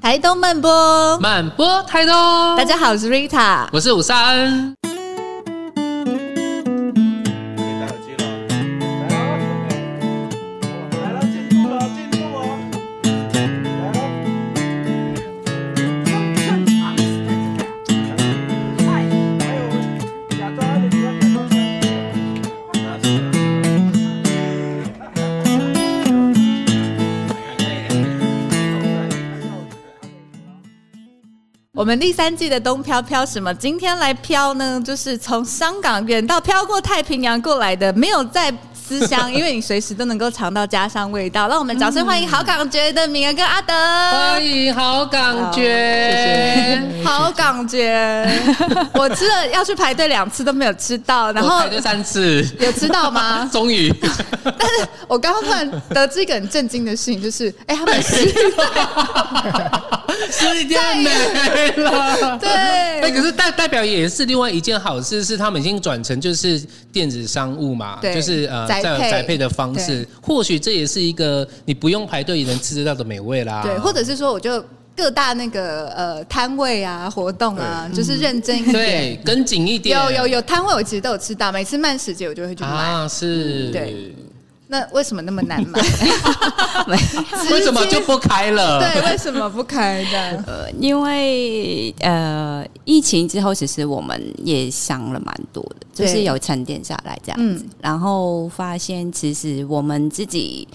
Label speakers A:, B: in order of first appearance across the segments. A: 台东慢播，
B: 慢播台东，
A: 大家好，我是 Rita。
B: 我是五沙恩。
C: 可以戴耳机了。来了，OK，来了，进入了，进入哦。来了。还有，假装安静，假装安静。
A: 我们第三季的东漂漂什么？今天来漂呢，就是从香港远到漂过太平洋过来的，没有在思乡，因为你随时都能够尝到家乡味道。让我们掌声欢迎好港觉的敏儿跟阿德。
B: 欢迎好感觉，
A: 好港觉，我吃了要去排队两次都没有吃到，然
B: 我
A: 后
B: 排队三次，
A: 有吃到吗？
B: 终于
A: 但是我刚刚突然得知一个很震惊的事情，就是哎、他们是
B: 十天没了。
A: 对
B: 哎，可是代代表也是另外一件好事，是他们已经转成就是电子商务嘛，
A: 对
B: 就是呃
A: 宅
B: 在
A: 配
B: 宅配的方式，或许这也是一个你不用排队也能吃得到的美味啦。
A: 对，或者是说我就各大那个呃摊位啊、活动啊，就是认真一点。
B: 对跟紧一点，
A: 有有有摊位，我其实都有吃到，每次慢食节我就会去买。
B: 啊，是
A: 对，那为什么那么难买？ 直接
B: 为什么就不开了？
A: 对？为什么不开的？
D: 呃，因为呃，疫情之后，其实我们也想了蛮多的，就
A: 对
D: 是有沉淀下来这样子，
A: 嗯
D: 然后发现其实我们自己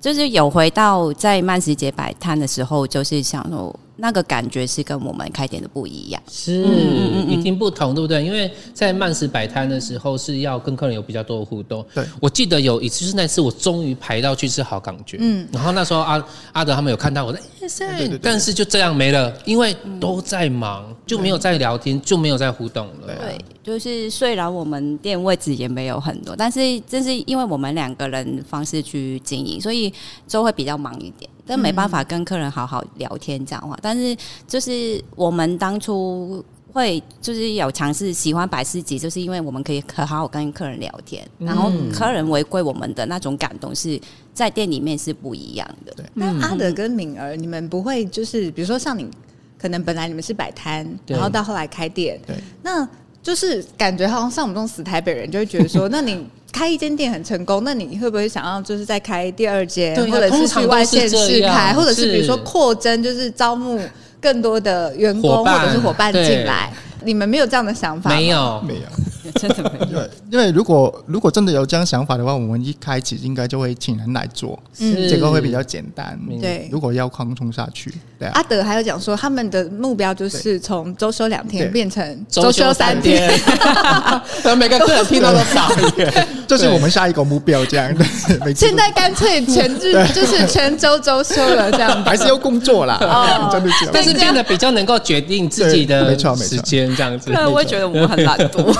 D: 就是有回到在慢食节摆摊的时候，就是想说那个感觉是跟我们开店的不一样，
B: 是一定不同，对不对？因为在慢食摆摊的时候是要跟客人有比较多的互动。
E: 对，
B: 我记得有一次，就是那次我终于排到去吃好港觉，嗯
A: 嗯，
B: 然后那时候阿阿德他们有看到我在，哎是
E: 对对对
B: 但是就这样没了，因为都在忙，就没有在聊天，就没有在互动了。
D: 对，啊就是虽然我们店位置也没有很多，但是这是因为我们两个人方式去经营，所以就会比较忙一点，但没办法跟客人好好聊天讲话。但是就是我们当初。会就是有尝试喜欢百事集，就是因为我们可以很好好跟客人聊天，然后客人回归我们的那种感动是在店里面是不一样的。
A: 那
B: 嗯
A: 阿德跟敏儿，你们不会就是比如说像你，可能本来你们是摆摊，
B: 对
A: 然后到后来开店，
E: 对，
A: 那就是感觉好像像我们这种死台北人就会觉得 说，那你开一间店很成功，那你会不会想要就是再开第二间，
B: 对啊
A: 或者
B: 通
A: 是
B: 常
A: 去外县
B: 都是这
A: 市
B: 样
A: 开，或者是比如说
B: 是
A: 扩增，就是招募更多的员
B: 伙
A: 工
B: 伴
A: 或者是伙伴
B: 对
A: 进来？你们没有这样的想法吗？
B: 没有，
D: 嗯
E: 没有。
D: 真的没有
E: 对，因为如果如果真的有这样想法的话，我们一开始应该就会请人来做，
B: 是
E: 这个会比较简单。
A: 对
E: 如果要扩充下去，对啊，
A: 阿德还有讲说，他们的目标就是从周休两天
E: 对
A: 变成
B: 周休
A: 休
B: 三
A: 三
B: 天，然后 每个客人听到都傻眼。
E: 这是我们下一个目标，这样的。 每次都
A: 现在干脆全日就是全周周休了这样子。
E: 还是要工作啦，
A: 哦
E: 真的是。
B: 但是变得比较能够决定自己
E: 对
B: 的
E: 没错没错
B: 时间这样子。
D: 不然我会觉得我们很懒惰。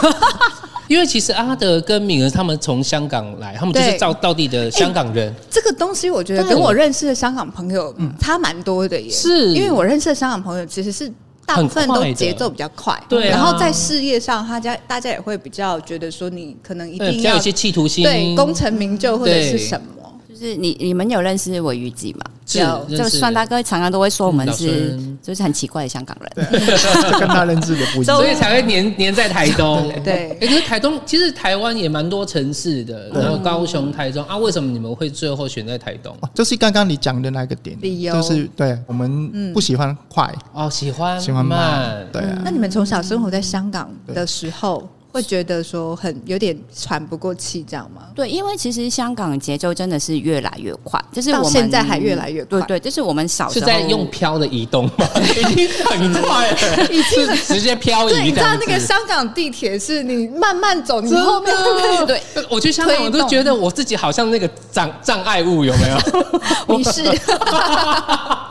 B: 因为其实阿德跟敏儿他们从香港来，他们就是
A: 对
B: 照到地的香港人，
A: 这个东西我觉得
B: 对
A: 跟我认识的香港朋友差蛮多的耶，
B: 是
A: 因为我认识的香港朋友其实是大部分
B: 很
A: 都
B: 快的
A: 节奏比较快，
B: 对啊
A: 然后在事业上，大家大家也会比较觉得说你可哎能一
B: 对，比
A: 定
B: 较
A: 要
B: 有一些企图心，
A: 对功成名就或者
B: 对
A: 是什么，
D: 就是你你们有认识尾鱼姬吗？
B: 是
D: 有，
B: 认识
D: 就算大哥常常都会说我们
B: 嗯
D: 是
B: 老孙
D: 就是很奇怪的香港人，
E: 这跟他认知也不一样
B: 所以。才会黏黏在台东。
A: 对 嗯
B: 诶可是台东其实台湾也蛮多城市的，
E: 对
B: 然后高雄、台中啊，为什么你们会最后选在台东？
E: 哦就是刚刚你讲的那个点，
A: 理由
E: 就是对我们不喜欢快，
B: 哦，喜欢
E: 喜欢慢，对啊，
A: 那你们从小生活在香港的时候，会觉得说很有点喘不过气，这样吗？
D: 对，因为其实香港节奏真的是越来越快，就是我
A: 到
D: 们
A: 现在还越来越快
D: 对对，就是我们小时
B: 是
D: 候
B: 在 用飘的移动吗？已经很快 了，是直接漂移这
A: 对，
B: 样子。
A: 你知道那个香港地铁是你慢慢走，你
B: 真的
A: 后面会
B: 对，我去香港我
A: 推
B: 都
A: 动
B: 觉得我自己好像那个障障碍物有没有？
A: 你是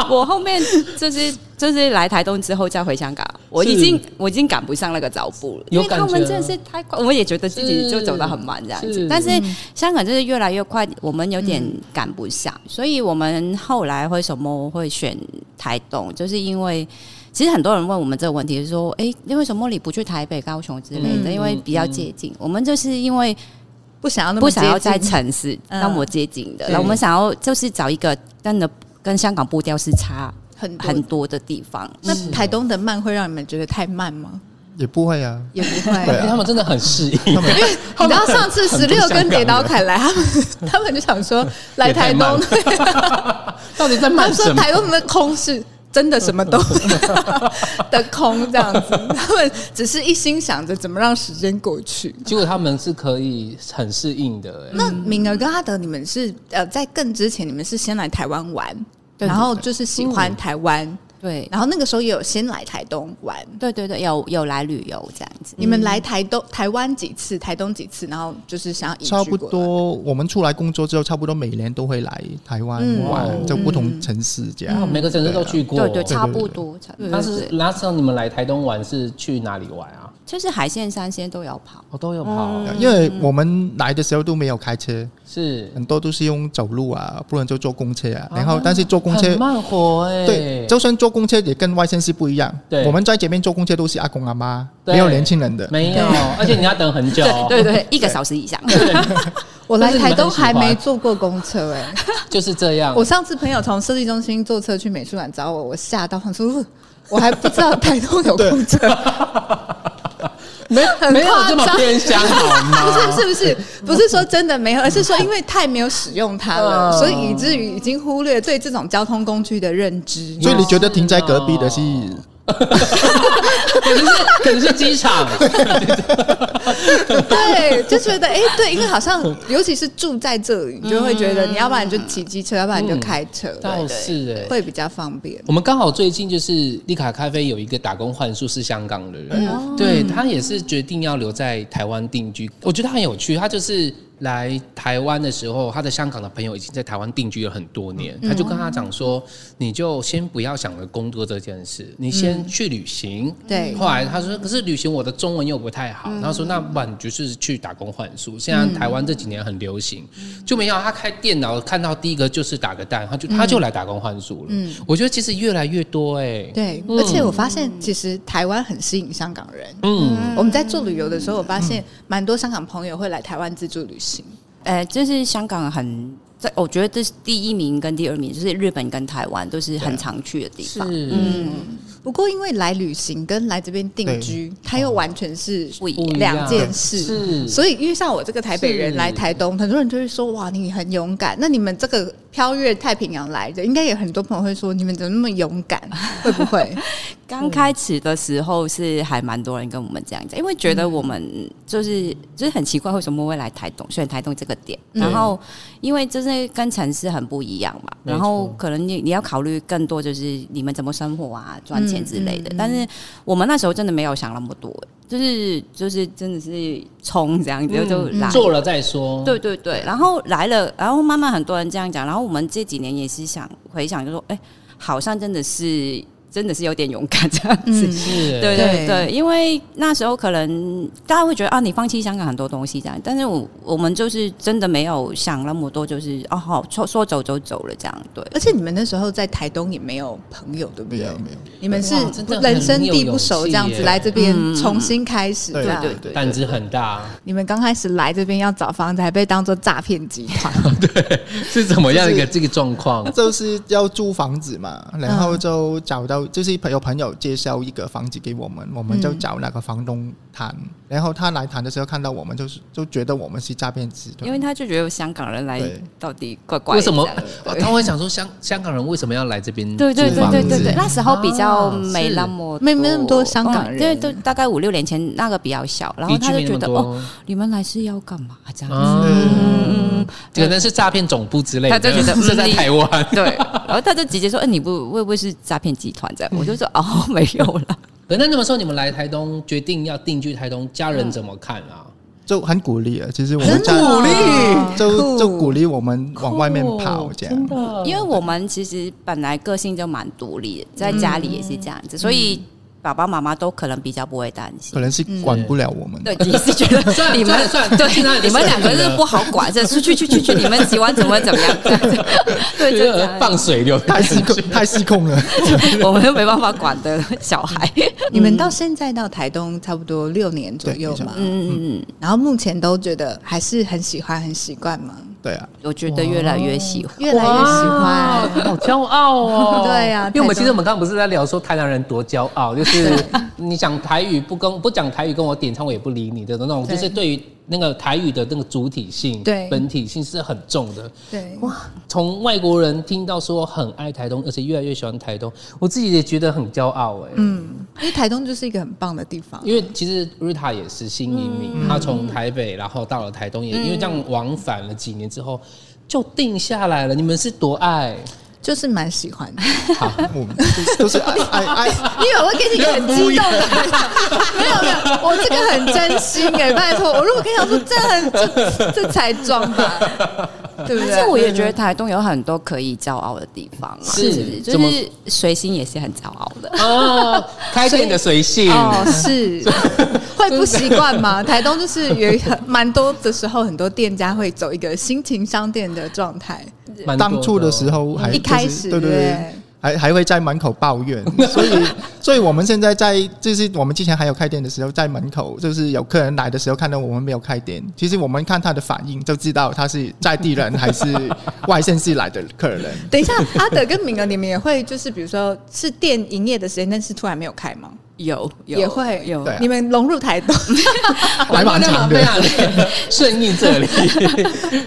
D: 我后面就是就是来台东之后再回香港，我
B: 是
D: 已经我已经赶不上那个脚步了，
B: 有
D: 因为他
B: 感
D: 们
B: 觉
D: 真的是太快，我也觉得自己
B: 是
D: 就走得很慢这样
B: 是
D: 子。但是香港就是越来越快，我们有点赶不上，所以我们后来为什么会选台东，就是因为。其实很多人问我们这个问题，就是说：“哎、为什么你不去台北、高雄之类的？
A: 嗯
D: 因为比较接近。我们就是因为
A: 不想要那么
D: 不想要
A: 接
D: 在
A: 近
D: 城市
A: 嗯
D: 那么接近的，
B: 对
D: 我们想要就是找一个真的跟香港步调是差
A: 很多
D: 很多的地方。
A: 那台东的慢会让你们觉得太慢吗？
E: 也不会啊。
A: 也不
E: 对
A: 会。
E: 啊
B: 他们真的很适应，
E: 他们
A: 你知道上次
E: 很
A: 十六
E: 很
A: 跟
E: 香港
A: 跌倒
E: 人
A: 凯来，他们他们就想 说来
B: 也
A: 台
B: 太慢
A: 东
B: 了，到底在
A: 他
B: 慢
A: 说
B: 什么？
A: 台东的空是真的什么 都的空这样子，他们只是一心想着怎么让时间过去。
B: 结果他们是可以很适应的、欸，
A: 那
D: 嗯
A: 敏儿跟阿德，你们是呃在更之前，你们是先来台湾玩，
D: 对嗯
A: 然后就是喜欢台湾，
D: 对，
A: 然后那个时候也有先来台东玩。
D: 对对对，有有来旅游这样
B: 嗯
D: 子。
A: 你们来台东、台湾几次，台东几次，然后就是想要移居
E: 差不
A: 过来。
E: 多，我们出来工作之后，差不多每年都会来台湾
A: 嗯
E: 玩，
B: 嗯
E: 就不同城市这样。
B: 每个城市都去过。
D: 嗯对对，
E: 对
D: 差不多，差不多。
B: 但是拉上你们来台东玩是去哪里玩啊？
D: 就是海线、山线都有跑。
E: 哦
B: 我、都有跑，
E: 啊
D: 嗯
E: 因为
B: 嗯
E: 我们来的时候都没有开车，
B: 是
E: 很多都是用走路啊，不然就坐公车啊。然后，但是坐公车
B: 很，慢活哎、
E: 对，就算坐公车也跟外县市不一样。
B: 对
E: 我们在这边坐公车都是阿公阿妈，
B: 对
E: 没有年轻人的。
B: 没有，而且你要等很久。
D: 对对，一个小时以上。
A: 我来台东还
B: 但是你们
A: 没
B: 很喜欢
A: 坐过公车哎、
B: 就是这样。
A: 我上次朋友从设计中心坐车去美术馆找我，我吓到，我说 呃我还不知道台东有公车，没很
B: 没有
A: 夸
B: 这么啊
A: 张。
B: 偏乡哦好
A: 不
B: 吗？
A: 是，是不是？不是说真的没有，而是说因为太没有使用它了，
B: 嗯
A: 所以以至于已经忽略对这种交通工具的认知。
E: 所以你觉得停在隔壁的是
B: 可能是可能是机场，
A: 对，就觉 得哎、对，因为好像尤其是住在这
B: 嗯
A: 里，你就会觉得你要不然就骑机车，要不然就开车，
B: 倒是哎、
A: 会比较方便。
B: 我们刚好最近就是丽卡咖啡有一个打工幻术是香港的人，对他也是决定要留在台湾定居。我觉得他很有趣，他就是来台湾的时候，他的香港的朋友已经在台湾定居了很多年，他就跟他讲说，你就先不要想着工作这件事，你先去旅行。
A: 对
B: 后来他说，可是旅行我的中文又不太
D: 嗯
B: 好，然后说那不然你就是去打工换宿。现在台湾这几年很流行，就没有他开电脑看到第一个就是打个蛋，他就
D: 嗯
B: 他就来打工换宿了。我觉得其实越来越多哎，
A: 对，
B: 嗯
A: 而且我发现其实台湾很吸引香港人。
B: 嗯，
A: 我们在做旅游的时候，我发现蛮多香港朋友会来台湾自助旅行。
D: 呃，就是香港很，在我觉得这是第一名跟第二名，就是日本跟台湾都是很常去的地
B: 是
D: 方，，
A: 不过，因为来旅行跟来这边定居，它又完全是
D: 不一
B: 不一样
D: 样。
A: 两件事。
B: 是，
A: 所以，因为像我这个台北人
B: 嗯是
A: 来台东，很多人就会说：“哇，你很勇敢。”那你们这个飘越太平洋来的，应该也很多朋友会说：“你们怎么那么勇 敢？”会不会？
D: 刚开始的时候是还蛮多人跟我们这样讲，因为觉
B: 嗯
D: 得我们就是就是很奇怪，为什么会来台东，选台东这个点，然后因为就是跟城市很不一样嘛，
B: 没错
D: 然后可能你你要考虑更多，就是你们怎么生活啊、赚钱之
B: 嗯
D: 类的。但是我们那时候真的没有想那么多，就是就是真的是冲这样子、
B: 嗯
D: 就来了
B: 做了再说。
D: 对对对，然后来了，然后慢慢很多人这样讲，然后我们这几年也是想回想，就说，哎，好像真的是真的是有点勇敢这样子。
A: 嗯，
B: 是，
A: 对
D: 对对对，因为那时候可能大家会觉得啊，你放弃香港很多东西这样，但是我我们就是真的没有想那么多，就是哦好说说走就走了这样，对
A: 而且你们那时候在台东也没有朋友，对不
E: 没
A: 对
E: 有？没有，
A: 你们是
B: 啊哇真的很
A: 人生地不熟，
B: 有
A: 这
B: 勇气
A: 样子
B: 耶
A: 来这边
D: 嗯
A: 重新开始，
E: 对
A: 这样
E: 对对
B: 胆子很大，
A: 你们刚开始来这边要找房子，还被当做诈骗集 团。
B: 嗯是怎么样一个这个状况？
E: 就是要租房子嘛，
B: 嗯
E: 然后就找到，就是有朋友介绍一个房子给我们，我们
B: 嗯
E: 就找那个房东谈，然后他来谈的时候看到我们，就是就觉得我们是诈骗集团，
D: 因为他就觉得香港人来
E: 对
D: 到底怪怪的
B: 为什么哦
D: 这样对
B: 他会想说香香港人为什么要来这
A: 嗯
B: 边？
D: 对对
E: 租
D: 对
E: 房
D: 对
E: 子
D: 对对，那时候比较
B: 啊
D: 没
B: 是
D: 那么
A: 没没那么多香港人
D: 嗯对对，大概五六年前那个比较小，然后
B: 地区
D: 他就
B: 没那
D: 觉
B: 么
D: 得
B: 多
D: 哦，你们来是要干嘛这样子？
B: 啊，
D: 嗯，
B: 可能是诈骗总部之类的，
D: 他就觉得嗯
B: 是在台湾。
D: 对，然后他就直接说：“哎、你不会不会是诈骗集团？”这样，我就说：“哦，没有 了。
B: 可那那么说，你们来台东决定要定居台东，家人怎么看啊？
E: 就很鼓励啊。其实我
A: 很
E: 们在
A: 鼓励酷
E: 就就鼓励我们往外面跑这样。
B: 的
D: 因为我们其实本来个性就蛮独立的，在家里也是这样子，所以爸爸妈妈都可能比较不会担
E: 可
D: 心。
E: 能是管不了我们，
D: 对，你是觉 得
B: 算了
D: 你们
B: 算了算了
D: 对
B: 现在已
D: 你
B: 经
D: 们
B: 算
D: 两个
B: 了
D: 是不好管，这出去去去去，你们喜欢怎么怎么样？这样子 对，就这样
B: 放水流的
E: 太
B: 感觉，
E: 失控，太失控了。
D: 我们又没办法管的小孩。
A: 你们到现在到台东差不多六年左右嘛，
E: 对
D: 嗯，
A: 然后目前都觉得还是很喜欢、很习惯嘛。
E: 对啊，
D: 我觉得越来越喜欢。
A: 越来越喜欢。！
B: 哇，好骄傲哦
A: 对啊
B: 因为我
A: 太骄傲
B: 们其实我们刚刚不是在聊说台南人多骄傲，就是你讲台语不跟不讲台语跟我点唱我也不理你的那种，
A: 对
B: 就是对于那个台语的那个主体性、
A: 对
B: 本体性是很重的。
A: 对，
B: 哇，从外国人听到说很爱台东，而且越来越喜欢台东，我自己也觉得很骄傲哎、
A: 嗯，因为台东就是一个很棒的地方。
B: 因为其实 Rita 也是新移民，
A: 嗯
B: 她从台北然后到了台东，也因为这样往返了几年之后就定下来了。你们是多爱？
A: 就是蛮喜欢的，
E: 啊我们就是就是啊 爱爱爱，
A: 因为我会给 你一个很激动的，没有没有，我这个很真心哎、拜托，我如果跟你讲说这很这这才装 吧，对不
D: 但
A: 对？
D: 是我也觉得台东有很多可以骄傲的地方啊，
B: 是
D: 就
B: 怎么
D: 是随心也是很骄傲的。
B: 哦， 开店的随性。
A: 哦， 是会不习惯吗？台东就是有很蛮多的时候，很多店家会走一个心情商店的状态，
B: 蛮多
E: 啊
B: 哦
E: 当初的时候还
A: 一
E: 就是
A: 开始
E: 对对
A: 对
E: 对。还还会在门口抱 怨，所以，所以我们现在在就是我们之前还有开店的时候，在门口就是有客人来的时候，看到我们没有开店，其实我们看他的反应就知道他是在地人还是外县市来的客人。
A: 等一下，阿德跟敏儿，你们也会就是比如说是店营业的时间，但是突然没有开吗？
D: 有有
A: 也会
D: 有，
E: 对啊
A: 你们融入台东，
E: 还 蛮长的
A: 啊
B: 非常啊顺应这 里。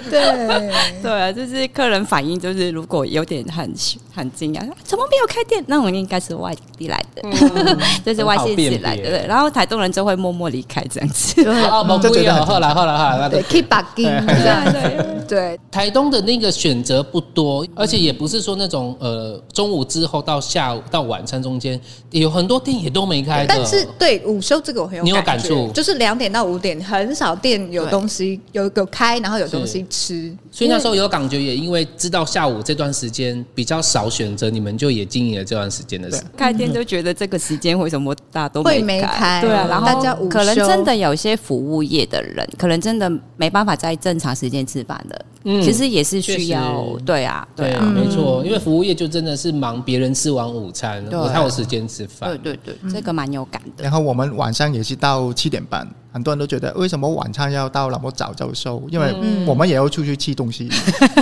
A: 对，
D: 对啊，就是客人反应就是如果有点很很惊讶，啊怎么没有开店？那我应该是外地来的， 就是外县市来的。
B: 嗯很好辨别
D: 对然后台东人就会默默离开这样子。
B: 哦，蒙
E: 这
B: 古
E: 真的
B: 有，
E: 很
B: 后来后来后来，那
A: 对
B: 个
A: ，keep bugging 这
B: 啊
A: 样子，对，
B: 台东的那个选择不多，而且也不是说那种呃中午之后到下午到晚餐中间，有很多店也都没开的。
A: 但是对午休这个我很有
B: 你有
A: 感
B: 感
A: 觉
B: 触
A: 就是两点到五点很少店有
D: 对
A: 东西有有开，然后有东西吃，
B: 所以那时候有感觉，也因为知道下午这段时间比较少选择，你们就也经营了这段时间的事。
D: 开店就觉得这个时间为什么大家都
A: 会没开
D: 开？对啊，然后
A: 大家午
D: 可能
A: 休
D: 真的有些服务业的人，可能真的没办法在正常时间吃饭的，
B: 嗯
D: 其实也是
B: 确
D: 需
B: 实
D: 要对啊，对
B: 对
D: 啊，
B: 啊，没错，因为服务业就真的是忙别人吃完午餐，
D: 对
B: 我才有时间吃饭
D: 对。对对，
A: 嗯
D: 这个蛮有感的。
B: 嗯
E: 然后我们晚上也是到七点半，很多人都觉得为什么晚餐要到那么早就收？因为
A: 嗯
E: 我们也要出去吃东西，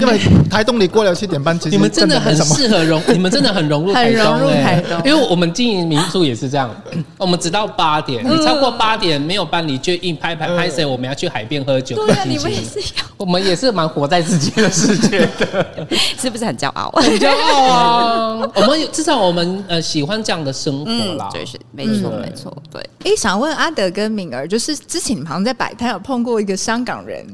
E: 因为台东你过了七点半，其实
B: 你们真的
E: 没
B: 很
E: 什么。
B: 适合融，你们真的很融入台东、欸，
A: 很融入台东
B: 因为我们经营民宿也是这 样，我们直到八点，你超过八点没有办，你就硬拍拍拍谁，我们要去海边喝酒。
D: 对啊，
B: 听
D: 你
B: 琴
D: 们也是要，
B: 我们也是蛮活在自己的世界 的，
D: 是不是很骄傲？
B: 很骄傲啊。我们有至少我们呃喜欢这样的生活啦。
D: 就是没错
B: 嗯
D: 没错，对。
A: 诶，想问阿德跟敏儿，就是之前你们好像在摆摊有碰过一个香港人，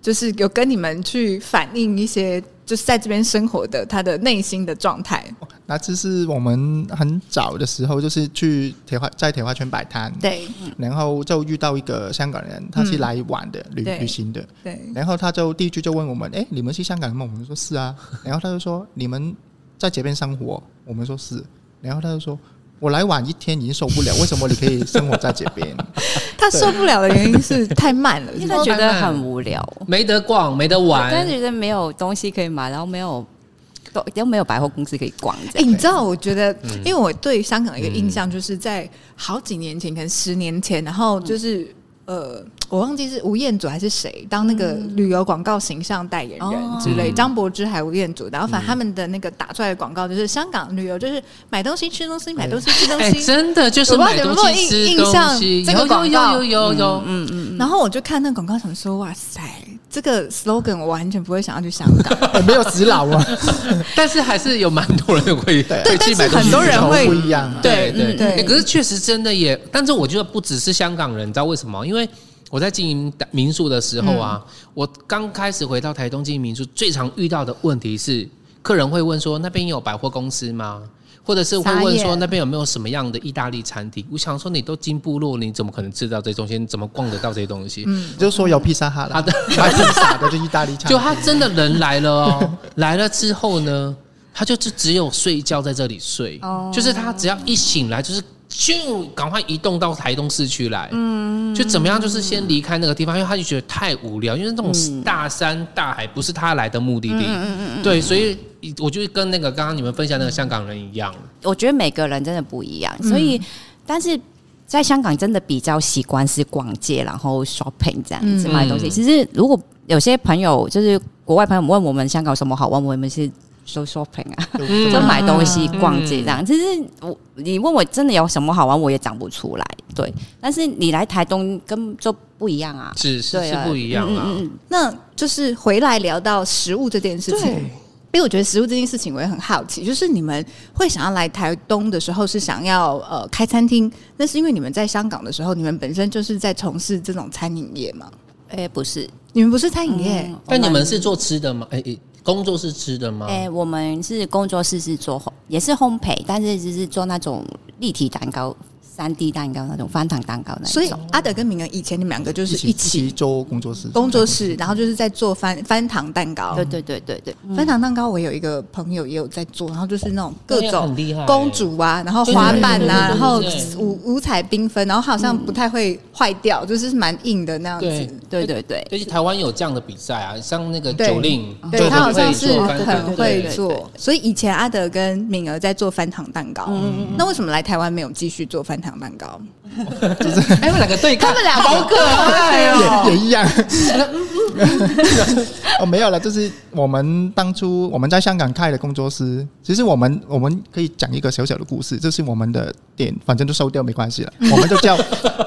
A: 就是有跟你们去反映一些就是在这边生活的他的内心的状态。
E: 那这是我们很早的时候，就是去铁花在铁花村摆摊，
A: 对
E: 然后就遇到一个香港人，他是来玩的、旅
A: 对
E: 旅行的，
A: 对，
E: 然后他就第一句就问我们：“哎，你们是香港人吗？”我们说是啊。 然后他就说：“你们在这边生活？”我们说是。然后他就说：“我来晚一天已经受不了，为什么你可以生活在这边
A: 他受不了的原因是太慢了，是
D: 因
A: 吗
D: 为觉得很无聊，
B: 没得逛，没得玩，
D: 但是觉得没有东西可以买，然后没有都都没有百货公司可以逛，这
A: 哎、
D: 样
A: 你知道，我觉得，
B: 嗯
A: 因为我对香港的一个印象，就是在好几年前，可能十年前，然后就是、
B: 嗯
A: 呃，我忘记是吴彦祖还是谁当那个旅游广告形象代言人之类，
B: 哦嗯
A: 张柏芝还吴彦祖，然后反正他们的那个打出来的广告就是香港旅游，就是买东西吃东西，买东西吃东
B: 哎、
A: 西，
B: 真的就是
A: 我不知道
B: 买
A: 你们
B: 东
A: 有没有
B: 西
A: 印
B: 吃
A: 印象
B: 东西，
A: 这个
B: 有有
A: 广告
B: 有有有有，嗯，
A: 然后我就看那个广告，想说哇塞，这个 slogan 我完全不会想要去香港。？”
E: 哎没有洗脑 啊，
B: 但是还是有蛮多人 会
A: 对
B: 会
A: 但
B: 去
A: 是
B: 买东
A: 很
B: 西
A: 多
B: 吃
A: 人
E: 口
A: 会
E: 不一样啊。
B: 对对
A: 嗯对
B: 欸可是确实真的也，但是我觉得不只是香港人，你知道为什么？因为我在经营民宿的时候啊，
A: 嗯
B: 我刚开始回到台东经营民宿，最常遇到的问题是，客人会问说那边有百货公司吗？或者是会
A: 傻
B: 问
A: 眼
B: 说那边有没有什么样的意大利餐厅？我想说你都进部落，你怎么可能知道这些东西？你怎么逛得到这些东西？
E: 就说有披萨哈
B: 好
E: 啦，
B: 的
E: 买披萨的就意大利餐，
B: 就他真的人来了哦，来了之后呢，他就只只有睡觉在这里睡，就是他只要一醒来就是。就赶快移动到台东市区来，嗯，就怎么样，就是先离开那个地方，因为他就觉得太无聊，因为那种大山大海不是他来的目的地，对，所以我就跟那个刚刚你们分享那个香港人一样，
D: 我觉得每个人真的不一样，所以、但是在香港真的比较习惯是逛街，然后 shopping 这样子
A: 嗯
D: 买东西。
B: 嗯
D: 其实如果有些朋友就是。国外朋友问我们香港有什么好玩，我们是说 shopping 啊，
E: 就
B: 嗯
D: 就
A: 啊
D: 买东西、逛街这样。其实我你问我真的有什么好玩，我也讲不出来。对，但是你来台东跟就不一样啊，
B: 是是
D: 对
B: 是
D: 啊，
B: 不一样啊。
D: 嗯嗯嗯
A: 那就是回来聊到食物这件事情，因为我觉得食物这件事情我也很好奇，就是你们会想要来台东的时候是想要呃开餐厅，那是因为你们在香港的时候，你们本身就是在从事这种餐饮业嘛？
D: 哎、不是，
A: 你们不是餐饮业，
D: 嗯
B: 但你们是做吃的吗？哎、哎工作是吃的吗？
D: 哎、我们是工作室是做烘，也是烘焙，但是就是做那种立体蛋糕、三 D 蛋糕那种翻糖蛋糕那一种。
A: 所以阿德跟明恩以前你们两个就是
E: 一起
A: 一
E: 一
A: 起
E: 起做工作室，
A: 工作室，然后就是在做翻翻糖蛋糕。
D: 对对对对对，嗯
A: 翻糖蛋糕，我有一个朋友也有在做，然后就是那种各
B: 那也
A: 种
B: 很厉害、
A: 公。主啊，然后花瓣啊，然后五五彩缤纷，然后好像不太会坏掉，就是蛮硬的那样
B: 嗯对
A: 子。
D: 对对对，
B: 而且台湾有这样的比赛啊，像那个
A: 对嗯
B: 九令，
A: 对
B: 九
A: 他
B: 令
A: 好像
B: 可以
A: 是
B: 做翻糖
A: 很会
B: 对对对嗯
A: 做，所以以前阿德跟敏儿在做翻糖蛋糕，那为什么来台湾没有继续做翻糖蛋 糕？
B: 哎，我们两个对看，
A: 他们俩
B: 好可爱哦、
E: 也也 一样。哦，没有了，就是我们当初我们在香港开的工作室，其实我们我们可以讲一个小小的故事，就是我们的店反正都收掉没 关系了，我们就叫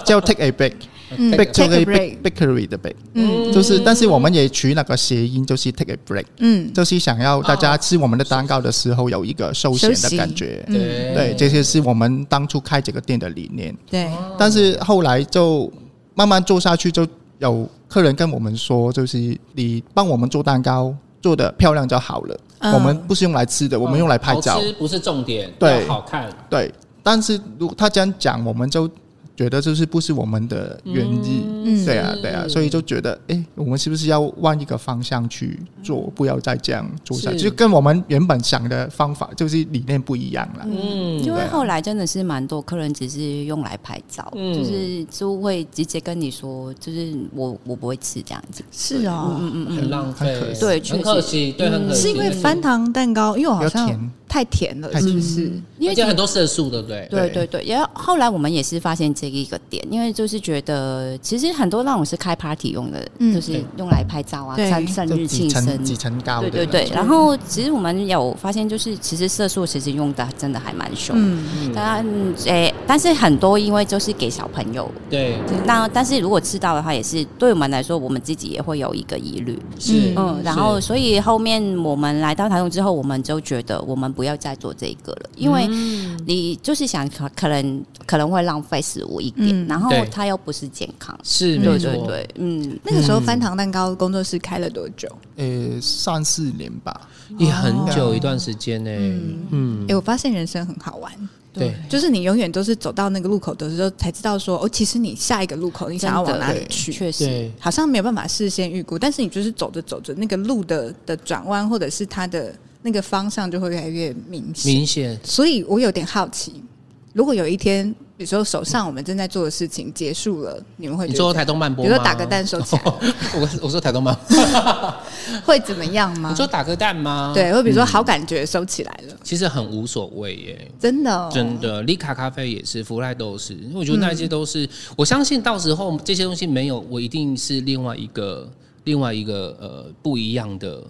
E: 叫 Take a Break，Bake
A: 嗯
E: to
A: ，take a
E: Bake
A: break，
E: Bakery 的 Bake，
A: 嗯
E: 就是但是我们也取那个谐音，就是 Take a Break，
A: 嗯，
E: 就是想要大家吃我们的蛋糕的时候有一个休闲的感觉。
A: 嗯
E: 对，
B: 哦
E: 这些是我们当初开这个店的理念。
A: 对，
E: 但是后来就慢慢做下去，就有客人跟我们说，就是你帮我们做蛋糕做的漂亮就好了，
A: 嗯
E: 我们不是用来吃的，我们用来拍照
B: 好。吃不是重点，
E: 对
B: 要好看。
E: 对，但是如果他这样讲，我们就觉得就是不是我们的原意。
A: 嗯
E: 对啊，对啊，所以就觉得，哎、我们是不是要往一个方向去做，不要再这样做下去？
B: 是
E: 就跟我们原本想的方法，就是理念不一样了。
B: 嗯，
D: 因
E: 对
D: 为
E: 啊
D: 后来真的是蛮多客人只是用来拍照，
B: 嗯
D: 就是就会直接跟你说，就是我我不会吃这样子。
A: 是哦，
D: 嗯嗯
B: 很浪费
E: 很可，惜
D: 对确
B: 很
D: 实
B: 可惜，对，很可惜。
A: 嗯是因为翻糖蛋糕，因为我好
E: 比较
A: 像
E: 甜
A: 太甜了，
E: 太
A: 是
E: 甜
A: 不是？
B: 而
D: 因为
B: 且很多色素，对不对？
D: 对
E: 对
D: 对对，然后后来我们也是发现这一个点，因为就是觉得其实很多那种是开 party 用的，
A: 嗯
D: 就是用来拍照啊、
A: 对
D: 生生
E: 就
D: 日
E: 几
D: 庆生。啊
E: 层几层高的
D: 对
E: 那种，
D: 对对，然后其实我们有发现，就是其实色素其实用的真的还蛮凶的，
A: 嗯，
D: 但诶、但是很多因为就是给小朋友，
B: 对，
D: 那但是如果吃到的话，也是对我们来说，我们自己也会有一个疑虑，
B: 是，
E: 哦
D: 嗯，然
B: 是
D: 后所以后面我们来到台东之后，我们就觉得我们不要再做这个了，因为你就是想可可能可能会浪费食物一点，
A: 嗯
D: 然后
B: 对
D: 它又不是健康，
B: 是
D: 对
B: 没
D: 对
B: 错，
D: 对，嗯，
A: 那个时候翻糖蛋糕工作室开了多久？
E: 呃，三四年吧，
B: 也很久一段时间呢。
A: 嗯
B: 嗯
A: 哎、，我发现人生很好玩，
B: 对，
A: 就是你永远都是走到那个路口的时候才知道说，哦，其实你下一个路口你想要往哪里
E: 真的
A: 去，
D: 确实，
B: 对，
A: 好像没有办法事先预估，但是你就是走着走着，那个路的的转弯或者是它的那个方向就会越来越明显。
B: 明显
A: 所以我有点好奇，如果有一天，比如说手上我们正在做的事情结束了，你们会
B: 你
A: 觉
B: 说
A: 得
B: 台东慢
A: 比
B: 播
A: 如
B: 吗，
A: 说打个蛋收起来
B: 我我说台东慢，
A: 会怎么样吗
B: 你？说打个蛋吗？，嗯
A: 对，会比如说好感觉收起来了，
B: 其实很无所谓耶。
A: 真的、哦，嗯
B: 真的，丽卡咖啡也是，福赖都是，因为我觉得那些都是，我相信到时候这些东西没有，我一定是另外一个另外一个呃不一样的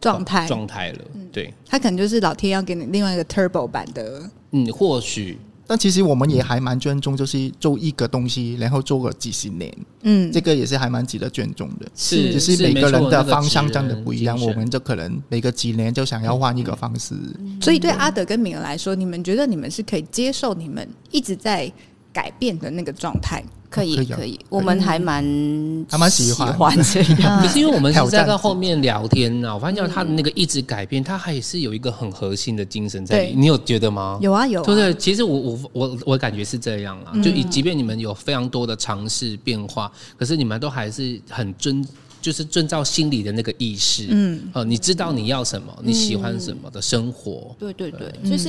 A: 状态，嗯
B: 状态了。对，
A: 它可能就是老天要给你另外一个 turbo 版的，
B: 嗯，或许
E: 但其实我们也还蛮尊重，就是做一个东西，然后做个几十年，
A: 嗯
E: 这，个也是还蛮值得尊重的。
B: 是
E: 只嗯是每个人的方向真
B: 真
E: 的不一样，我 们就可能每个几年就想要换一个方式。
A: 所以对阿德跟敏儿来说，你们觉得你们是可以接受你们一直在改变的那个状态？
D: 可以
E: 可以啊
D: 可以，我们还蛮
E: 还蛮喜欢
D: 欢这 样，
B: 可是因为我们是
E: 挑
B: 在
E: 战
B: 跟后面聊天啊呢、我发现他
A: 嗯
B: 的那个一直改变，他还是有一个很核心的精神在里。
A: 对
B: 你有觉得吗？
A: 有啊有啊，
B: 对不对？其实我我我我感觉是这样啦，就以
D: 嗯
B: 即便你们有非常多的尝试变化，可是你们都还是很遵，就是遵照心里的那个意识，嗯，呃，你知道你要什么，你喜欢什
D: 嗯
B: 么的生活，
D: 对对对，就是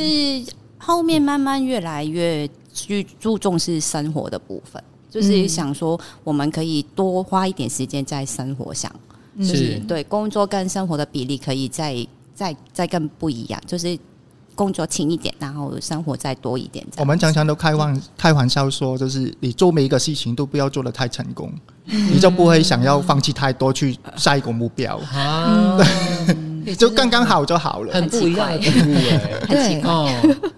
D: 后面慢慢越来越去注重是生活的部分，就是想说我们可以多花一点时间在生活上，就是
A: 嗯
B: 是
D: 对工作跟生活的比例可以再再再更不一样，就是工作轻一点，然后生活再多一点这样。
E: 我们常常都开玩开玩笑说，就是你做每一个事情都不要做的太成功，你就不会想要放弃太多去下一个目标，
B: 啊，
D: 嗯
B: 对
E: 就刚刚好就好了。
B: 很不一样的礼物 哎，
A: 很奇怪
B: 哦，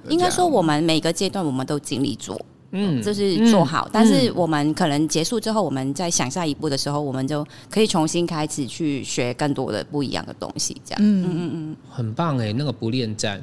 D: 应该说，我们每个阶段我们都经历过，
B: 嗯，
D: 就是做好。但是我们可能结束之后，我们在想下一步的时候，我们就可以重新开始去学更多的不一样的东西。这样，嗯
A: 嗯，
D: 嗯嗯，
B: 很棒哎，那个不恋战。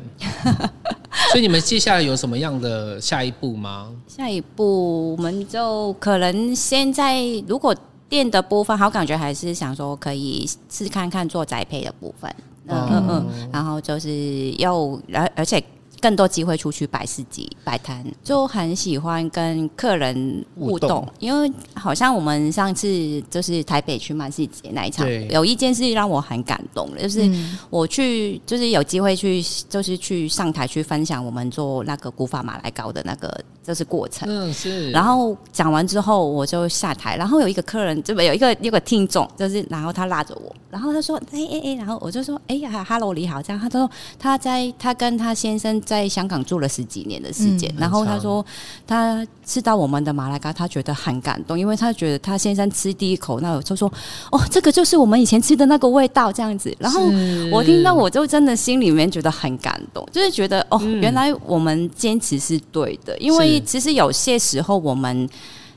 B: 所以你们接下来有什么样的下一步 吗？
D: 下一步我们就可能现在如果店的部分好，感觉还是想说可以试看看做宅配的部分。嗯嗯嗯，然后就是又而而且。更多机会出去摆市集、摆摊，就很喜欢跟客人互动，
E: 互动
D: 因为好像我们上次就是台北去曼市节那一场
B: 对，
D: 有一件事让我很感动的，
A: 嗯
D: 就是我去就是有机会去，就是去上台去分享我们做那个古法马来糕的那个就是过程。
B: 嗯，是，
D: 然后讲完之后，我就下台，然后有一个客人，这边有一个有一个听众，就是然后他拉着我，然后他说，哎哎哎，然后我就说，哎呀，hello，你好，这样，他说他在他跟他先生在香港住了十几年的时间，
B: 嗯
D: 然后
B: 很
D: 他
B: 长
D: 说他吃到我们的马来糕，他觉得很感动，因为他觉得他先生吃第一口，那我就说，哦，这个就是我们以前吃的那个味道，这样子，然后。
B: 是
D: 我听到我就真的心里面觉得很感动，就是觉得哦，
B: 嗯
D: 原来我们坚持是对的，因为
B: 是
D: 其实有些时候我们。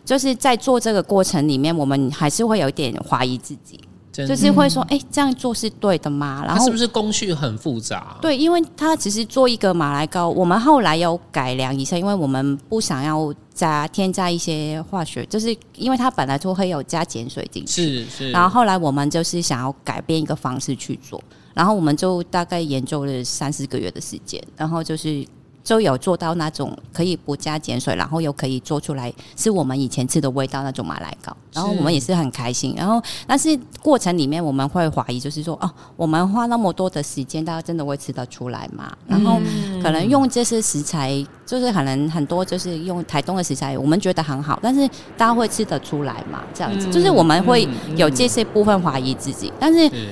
D: 就是在做这个过程里面，我们还是会有一点怀疑自己，
B: 真的
D: 就是会说，哎、这样做是对的吗？然
B: 它
D: 后
B: 是不是工序很复杂？，
D: 对，因为它只是做一个马来糕，我们后来有改良一下，因为我们不想要加添加一些化学，就是因为它本来就会有加碱水进去，
B: 是是。
D: 然后后来我们就是想要改变一个方式去做，然后我们就大概研究了三四个月的时间，然后就是就有做到那种可以不加碱水，然后又可以做出来是我们以前吃的味道那种马来糕，然后我们也是很开心。然后但是过程里面我们会怀疑，就是说哦，我们花那么多的时间，大家真的会吃得出来吗？
B: 嗯
D: 然后
E: 嗯
D: 可能用这些食材，就是可能很多就是用台东的食材，我们觉得很好，但是大家会吃得出来嘛？这样子，
B: 嗯
D: 就是我们会
B: 嗯
D: 有
B: 嗯
D: 这些部分怀疑自己，但是
B: 是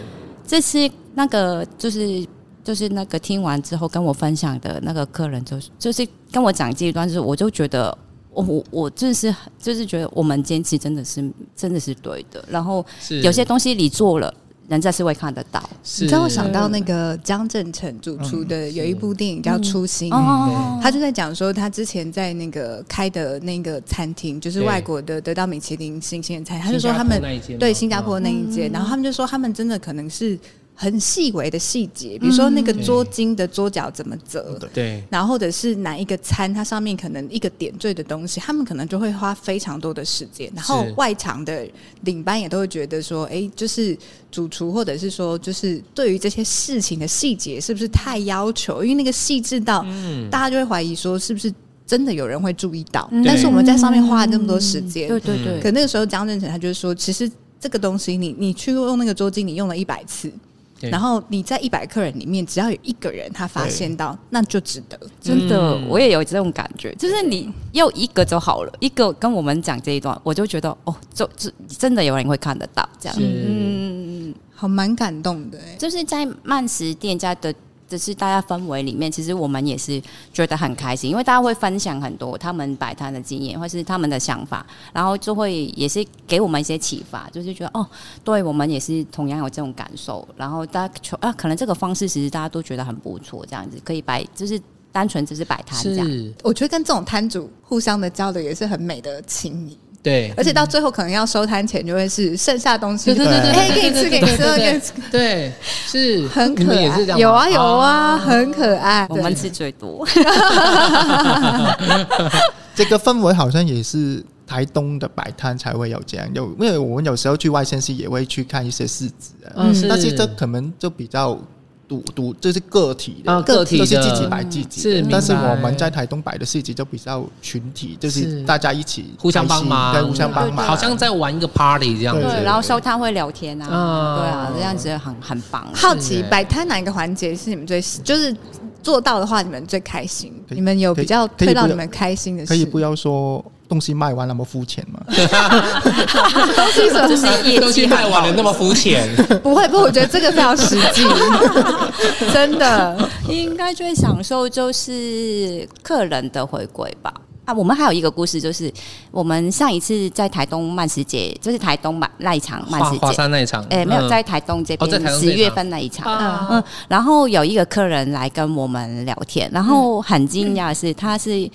D: 这次那个就是就是那个听完之后跟我分享的那个客人就是就是跟我讲这一段之后，我就觉得。我我我真是就是觉得我们坚持真的是真的是对的，然后
B: 是
D: 有些东西你做了，人家是会看得到。
B: 是
A: 你知道我想到那个江正成主出的有一部电影叫《初心》，
D: 哦
A: 嗯他就在讲说，他之前在那个开的那个餐厅，就是
B: 对
A: 外国的得到米其林星星的餐厅，他就
B: 新
A: 说
B: 加
A: 他
B: 坡
A: 们
B: 那一间吗嗯
A: 对新加坡那一间，然后他们就说他们真的可能是很细微的细节，比如说那个桌巾的桌角怎么折。
E: 对
B: 对
A: 然后或者是哪一个餐，它上面可能一个点缀的东西，他们可能就会花非常多的时间。然后
B: 是
A: 外场的领班也都会觉得说，哎，就是主厨或者是说，就是对于这些事情的细节是不是太要求？因为那个细致到，
B: 嗯
A: 大家就会怀疑说，是不是真的有人会注意到？
D: 嗯
A: 但是我们在上面花了那么多时间，嗯
D: 对对对，
A: 可那个时候江正成他就是说，其实这个东西你你去用那个桌巾，你用了一百次。
B: 对
A: 然后你在一百客人里面，只要有一个人他发现到，那就值得。
D: 真的，
B: 嗯
D: 我也有这种感觉，就是你要一个就好了，一个跟我们讲这一段，我就觉得哦，就就真的有人会看得到这样。
B: 是
D: 嗯，
A: 好，蛮感动的哎。
D: 就是在慢食店家的。就是大家氛围里面，其实我们也是觉得很开心，因为大家会分享很多他们摆摊的经验，或是他们的想法，然后就会也是给我们一些启发，就是觉得哦，对我们也是同样有这种感受，然后大家求啊，可能这个方式其实大家都觉得很不错，这样子可以摆，就是单纯只是摆摊这样。
B: 是，
A: 我觉得跟这种摊主互相的交流也是很美的情谊，
B: 对
A: 而且到最后可能要收摊前就会是剩下东西，
B: 对对对对，
A: 哎，
B: 对
A: 可以吃，可以吃，
B: 对对
A: 可
B: 对
A: 以吃，
B: 对对， 是
A: 很
B: 你
A: 可
B: 们也是这
A: 爱。
B: 样
A: 有啊
B: 吗
A: 有啊，很可爱。
D: 我们吃最多，
E: 这个氛围好像也是台东的摆摊才会有这样，有因为我们有时候去外县市也会去看一些市集啊，
B: 嗯，
E: 但是
B: 是
E: 这可能就比较独独，就是个体的，
B: 啊个体
E: 就
B: 的
E: 是自己摆自己的。
B: 是明白
E: 但是我们在台东摆的市集就比较群体，就是
B: 是
E: 大家一起
B: 互相帮忙，
E: 开心对，互相帮
D: 对
E: 忙，
B: 好像在玩一个 party 这样
E: 对
D: 对，
B: 子。
D: 然后收摊会聊天 啊，
B: 嗯
D: 对啊，这样子很很棒。
A: 好奇
B: 是哎
A: 摆摊哪一个环节是你们最就是做到的话，你们最开心？
E: 可以
A: 你们有比较
E: 可以
A: 推到
E: 可以不要
A: 你们开心的事？
E: 可以不要说东西卖完那么肤浅吗？
F: 东西什
D: 就是
F: 么？
D: 业
B: 东西
D: 绩
B: 卖
D: 很
B: 完
D: 好
B: 了，那么肤 浅，
F: 不会不会，我觉得这个非常实 际，真的。
D: 应该就会享受就是客人的回归吧。啊，我们还有一个故事，就是我们上一次在台东慢食节，就是台东漫那一场慢
B: 华
D: 食
B: 华
D: 节，
B: 山那一场，
D: 哎、没有
B: 嗯
D: 在台东这
B: 哦在
D: 边
B: 台东这
D: 十
B: 一
D: 月
B: 场
D: 份那一场，
B: 啊
D: 嗯，然后有一个客人来跟我们聊天，然后很惊讶的是，他是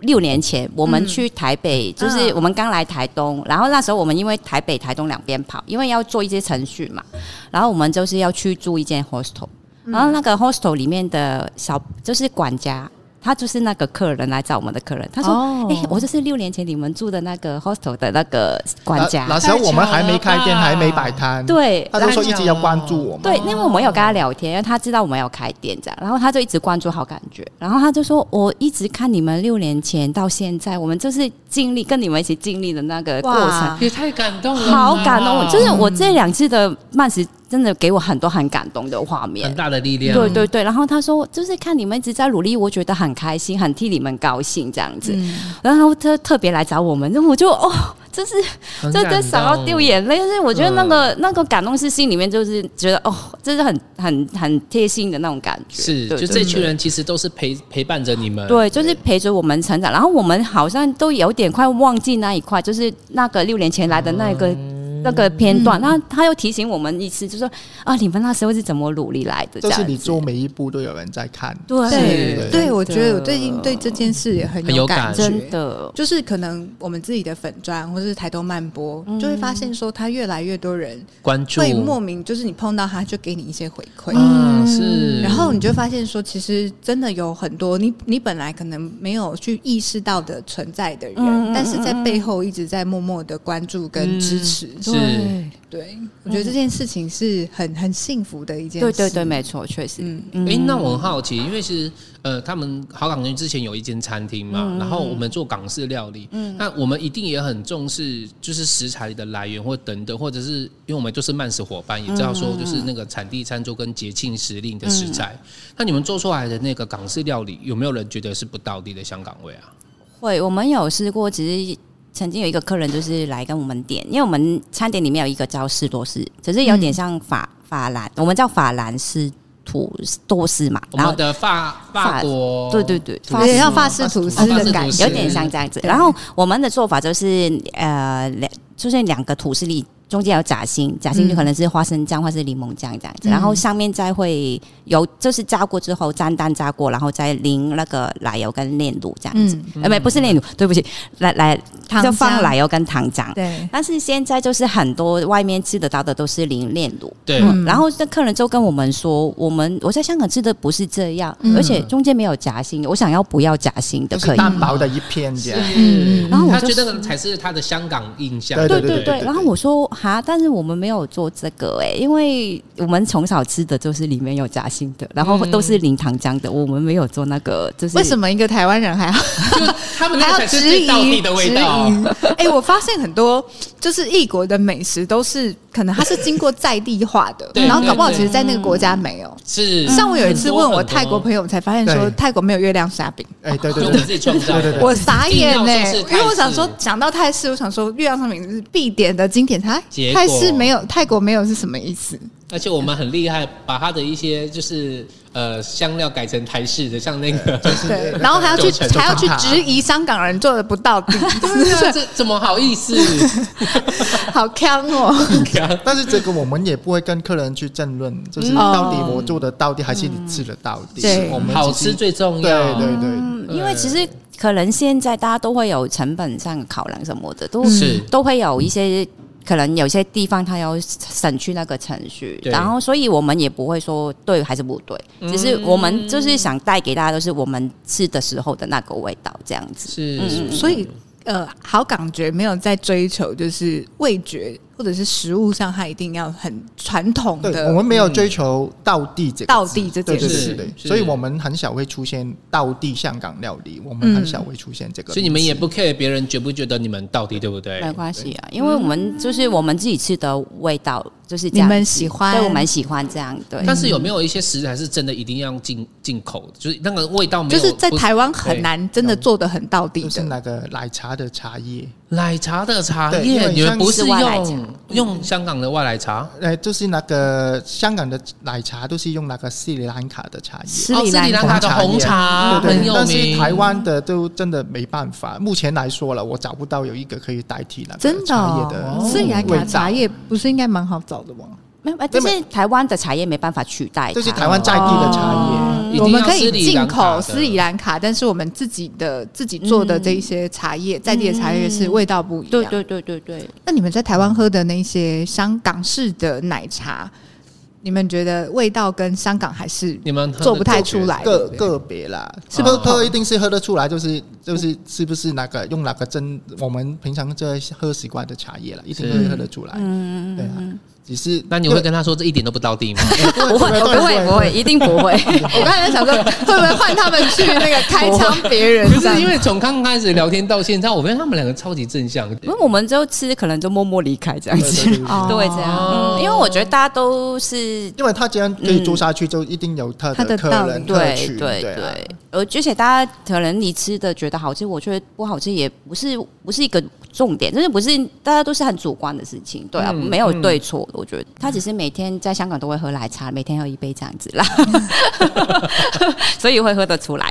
D: 六年前我们去台北，就是我们刚来台东，然后那时候我们因为台北、台东两边跑，因为要做一些程序嘛，然后我们就是要去住一间 hostel，然后那个 hostel 里面的小就是管家。他就是那个客人来找我们的客人，他说：“哎、
F: 哦
D: 我就是六年前你们住的那个 hostel 的那个管家。
E: 那那时候我们还没开店，还没摆摊，，
D: 对，
E: 他就说一直要关注
B: 哦
E: 我们。
B: 啊
D: 对，因为我们有跟他聊天，因为他知道我们有开店这样，然后他就一直关注好感觉，然后他就说：“我一直看你们六年前到现在，我们就是经历跟你们一起经历的那个过程，
B: 也太感动了，
D: 好感动。就是我这两次的慢食，真的给我很多很感动的画面
B: 很。大的力量，
D: 对对对，然后他说，就是看你们一直在努力，我觉得很开心，很替你们高兴这样子。
B: 嗯
D: 然后他特特别来找我们，那我就哦，真是
B: 很
D: 这
B: 感动，嗯
D: 真想要掉眼泪，就是我觉得那个、那个感动是心里面就是觉得哦，这是很很很贴心的那种感觉。
B: 是，
D: 对
B: 就
D: 对
B: 这群人其实都是陪陪伴着你们，
D: 对，就是陪着我们成长，然后我们好像都有点快忘记那一块，就是那个六年前来的那个、
B: 嗯
D: 那个片段。那、他又提醒我们一次，就说啊，你们那时候是怎么努力来的？这
E: 就
D: 样
E: 是
D: 子
E: 你做每一步都有人在看，
D: 对
F: 对
E: 对
A: 对，我觉得我最近对这件事也很
B: 很有
A: 感
B: 感
A: 觉，
D: 真的
A: 就是可能我们自己的粉砖或是台东漫播，就会发现说，他越来越多人
B: 关注，
A: 会莫名，就是你碰到他就给你一些回馈。
E: 啊
B: 嗯是，
A: 然后你就发现说，其实真的有很多你你本来可能没有去意识到的存在的人，
D: 嗯嗯
A: 但是在背后一直在默默的关注跟支持。
B: 嗯是
A: 对，我觉得这件事情是很很幸福的一件
D: 对
A: 事。
D: 对对，没错，确实。
A: 嗯，
D: 嗯
B: 哎、那我很好奇，因为其实呃，他们好港人之前有一间餐厅嘛，然后我们做港式料理，那我们一定也很重视就是食材的来源或等等，或者是因为我们就是慢食伙伴，也知道说就是那个产地餐桌跟节庆时令的食材，那你们做出来的那个港式料理，有没有人觉得是不到地的香港味啊？
D: 会，我们有试过，只是曾经有一个客人就是来跟我们点，因为我们餐点里面有一个叫士多士，只是有点像法、法兰，我们叫法兰士土多士嘛，
B: 我
D: 然后
B: 们。的法法
D: 法
B: 国，
D: 对对对，
A: 有点像法式吐司
B: 法式
A: 的
B: 吐
A: 感
B: 司
A: 觉，
D: 有点像这样子。然后我们的做法就是，呃，两就是两个吐司里中间有夹心，夹心就可能是花生酱或是柠檬酱这样子，
A: 嗯
D: 然后上面再会有就是炸过之后沾蛋炸过，然后再淋那个奶油跟炼乳这样子，
A: 嗯
B: 嗯
D: 呃，没不是炼乳，对不起，奶奶
A: 糖
D: 就放
A: 浆
D: 奶油跟糖浆。
A: 对，
D: 但是现在就是很多外面吃得到的都是零炼乳，
B: 对，
A: 嗯
D: 然后这客人就跟我们说，我们我在香港吃的不是这样，
A: 嗯
D: 而且中间没有夹心，我想要不要夹心的
E: 就
D: 可
E: 是
D: 以吗。
E: 单薄的一片这样。
A: 嗯
D: 然后我
B: 他
D: 就
B: 觉得那个才是他的香港印象，
E: 对
D: 对
E: 对
D: 对对，然后我说哈，但是我们没有做这个哎、因为我们从小吃的就是里面有夹心的，然后都是零糖浆的，我们没有做那个，就是
A: 为什么一个台湾人还要
B: 他们那
A: 还要
B: 个才是
A: 质
B: 最
A: 疑
B: 到地的味 道
A: 质，疑哎、我发现很多就是异国的美食都是可能它是经过在地化的，
B: 对
A: 然后搞不好
B: 对对
A: 其实在那个国家没有。
B: 是。
A: 像我有一次
B: 很多
A: 问我
B: 很多
A: 泰国朋友，我才发现说
E: 对
A: 泰国没有月亮虾饼，
E: 哎，对对
B: 就
E: 对
B: 你
E: 对
B: 自己创造
E: 对对
B: 的
E: 对。
A: 我傻眼呢、
B: 一定要说是泰式
A: 因为我想说讲到泰式，我想说月亮虾饼是必点的经典菜
B: 结，果
A: 泰式没有泰国没有是什么意思？
B: 而且我们很厉害，把它的一些就是呃香料改成台式的，像那个，
A: 对，然后还要去
B: 九成九
A: 还要去
E: 成塔
A: 质疑香港人做的不到 底，
B: 这这怎么好 意思？
A: 好坑 哦！
E: 但是这个我们也不会跟客人去争论，就是
A: 嗯
E: 到底我做的到底还是你吃的到底，
A: 对
E: 我们
B: 好
E: 只是
B: 吃最重
E: 对
B: 要。
E: 对对，
D: 嗯，因为其实可能现在大家都会有成本上的考量什么的，
A: 嗯
D: 都
B: 是
D: 都会有一些。可能有些地方它要省去那个程序，
B: 对
D: 然后所以我们也不会说对还是不对，只是我们就是想带给大家都是我们吃的时候的那个味道这样子。
B: 是，
D: 嗯
A: 所以呃，好感觉没有在追求就是味觉或者是食物上，它一定要很传统
E: 对，我
A: 的
E: 们没有追求道地这
A: 嗯
E: 个
A: 道
E: 字
A: 地这
E: 对
A: 件
E: 对
B: 是
E: 对
A: 事。
E: 对，
B: 是
E: 所以我们很少会出现道地香港料理，我们很少会出现这个名字。
B: 所以你们也不 care 别人觉不觉得你们到底对不对？
D: 没关系啊，因为我们就是我们自己吃的味道，就是这样子。
A: 你们喜欢
D: 对我们喜欢这样，对。
B: 但是有没有一些食材是真的一定要用进进口的？就是那个味道没
A: 就
B: 有，
A: 是在
B: 不
A: 台湾很难真的做的很到底
E: 就是
A: 的。
E: 那个奶茶的茶叶，
B: 奶茶的茶
E: 对因
B: 叶，
E: 为
B: 你们
E: 像
B: 不
D: 是外来
B: 用用香港的外来茶？
A: 嗯
E: 呃，就是那个香港的奶茶都是用那个斯里兰卡的茶叶。
A: 斯里兰
B: 哦斯里兰
A: 卡
B: 卡的红茶
E: 对
B: 很
E: 对，
B: 有
E: 但是
B: 名。
E: 台湾的都真的没办法，目前来说了，我找不到有一个可以代替那个
A: 真的
E: 茶
A: 哦
E: 叶的
A: 斯里兰
E: 味
A: 卡
E: 道
A: 茶叶不是应该蛮好找的吗？
D: 没有，呃就是台湾的茶叶没办法取代它，
E: 就是台湾在地的茶叶。
B: 哦一定要
A: 我们可
B: 斯
A: 以
B: 里兰
A: 进
B: 卡
A: 口
B: 的
A: 斯里兰卡，但是我们自己的自己做的这一些茶叶，
B: 嗯
A: 在地的茶叶是味道不一样。
D: 对对对对对，
A: 那你们在台湾喝的那些香港式的奶茶，你们觉得味道跟香港还是
B: 你们喝的
A: 做不太出来？
E: 个
A: 对不对
E: 个别啦，
B: 是
E: 是
B: 不
E: 不
B: 是
E: 是喝一定是喝得出来？就是就是是不是那个用哪个真我们平常在喝习惯的茶叶啦，一定
B: 是
E: 会喝得出来。
D: 嗯，
E: 对啊，只是
B: 那你会跟他说这一点都不到地吗？
D: 不会不会不会，一定不 会。
A: 我刚才在想说，会不会换他们去那个开枪别人？
B: 不
A: 这样
B: 是因为从刚开始聊天到现在，我发现他们两个超级正向。
A: 嗯
D: 因为我们就吃，可能就默默离开这样子，
E: 对对对
A: 哦
D: 对这样。嗯，因为我觉得大家都是
E: 因为他既然可以做下去，就一定有他
A: 它的
E: 的客
A: 道
E: 人
A: 理
E: 客
D: 对
E: 群，
D: 对
E: 啊
D: 对，呃，而且大家可能你吃的觉得好吃，我觉得不好吃，也不是不是一个重点，就是不是大家都是很主观的事情，对啊，
B: 嗯
D: 没有对错，我觉得他只是每天在香港都会喝奶茶，每天喝一杯这样子啦， 所以会喝得出来。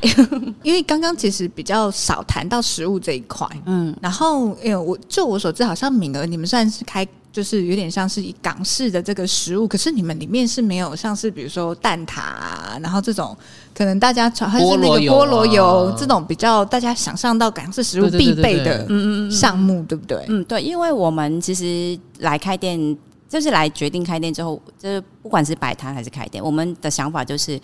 A: 因为刚刚其实比较少谈到食物这一块，
D: 嗯，
A: 然后，哎、我就我所知，好像敏儿你们算是开，就是有点像是以港式的这个食物，可是你们里面是没有像是比如说蛋挞、啊，然后这种可能大家传还是那
B: 菠
A: 个
B: 萝油啊
A: 菠萝油这种比较大家想象到港式食物
B: 对对
A: 必
B: 对对
A: 备
B: 对
A: 的项目，对不对？
D: 嗯，对，因为我们其实来开店，就是来决定开店之后，就是不管是摆摊还是开店，我们的想法就是，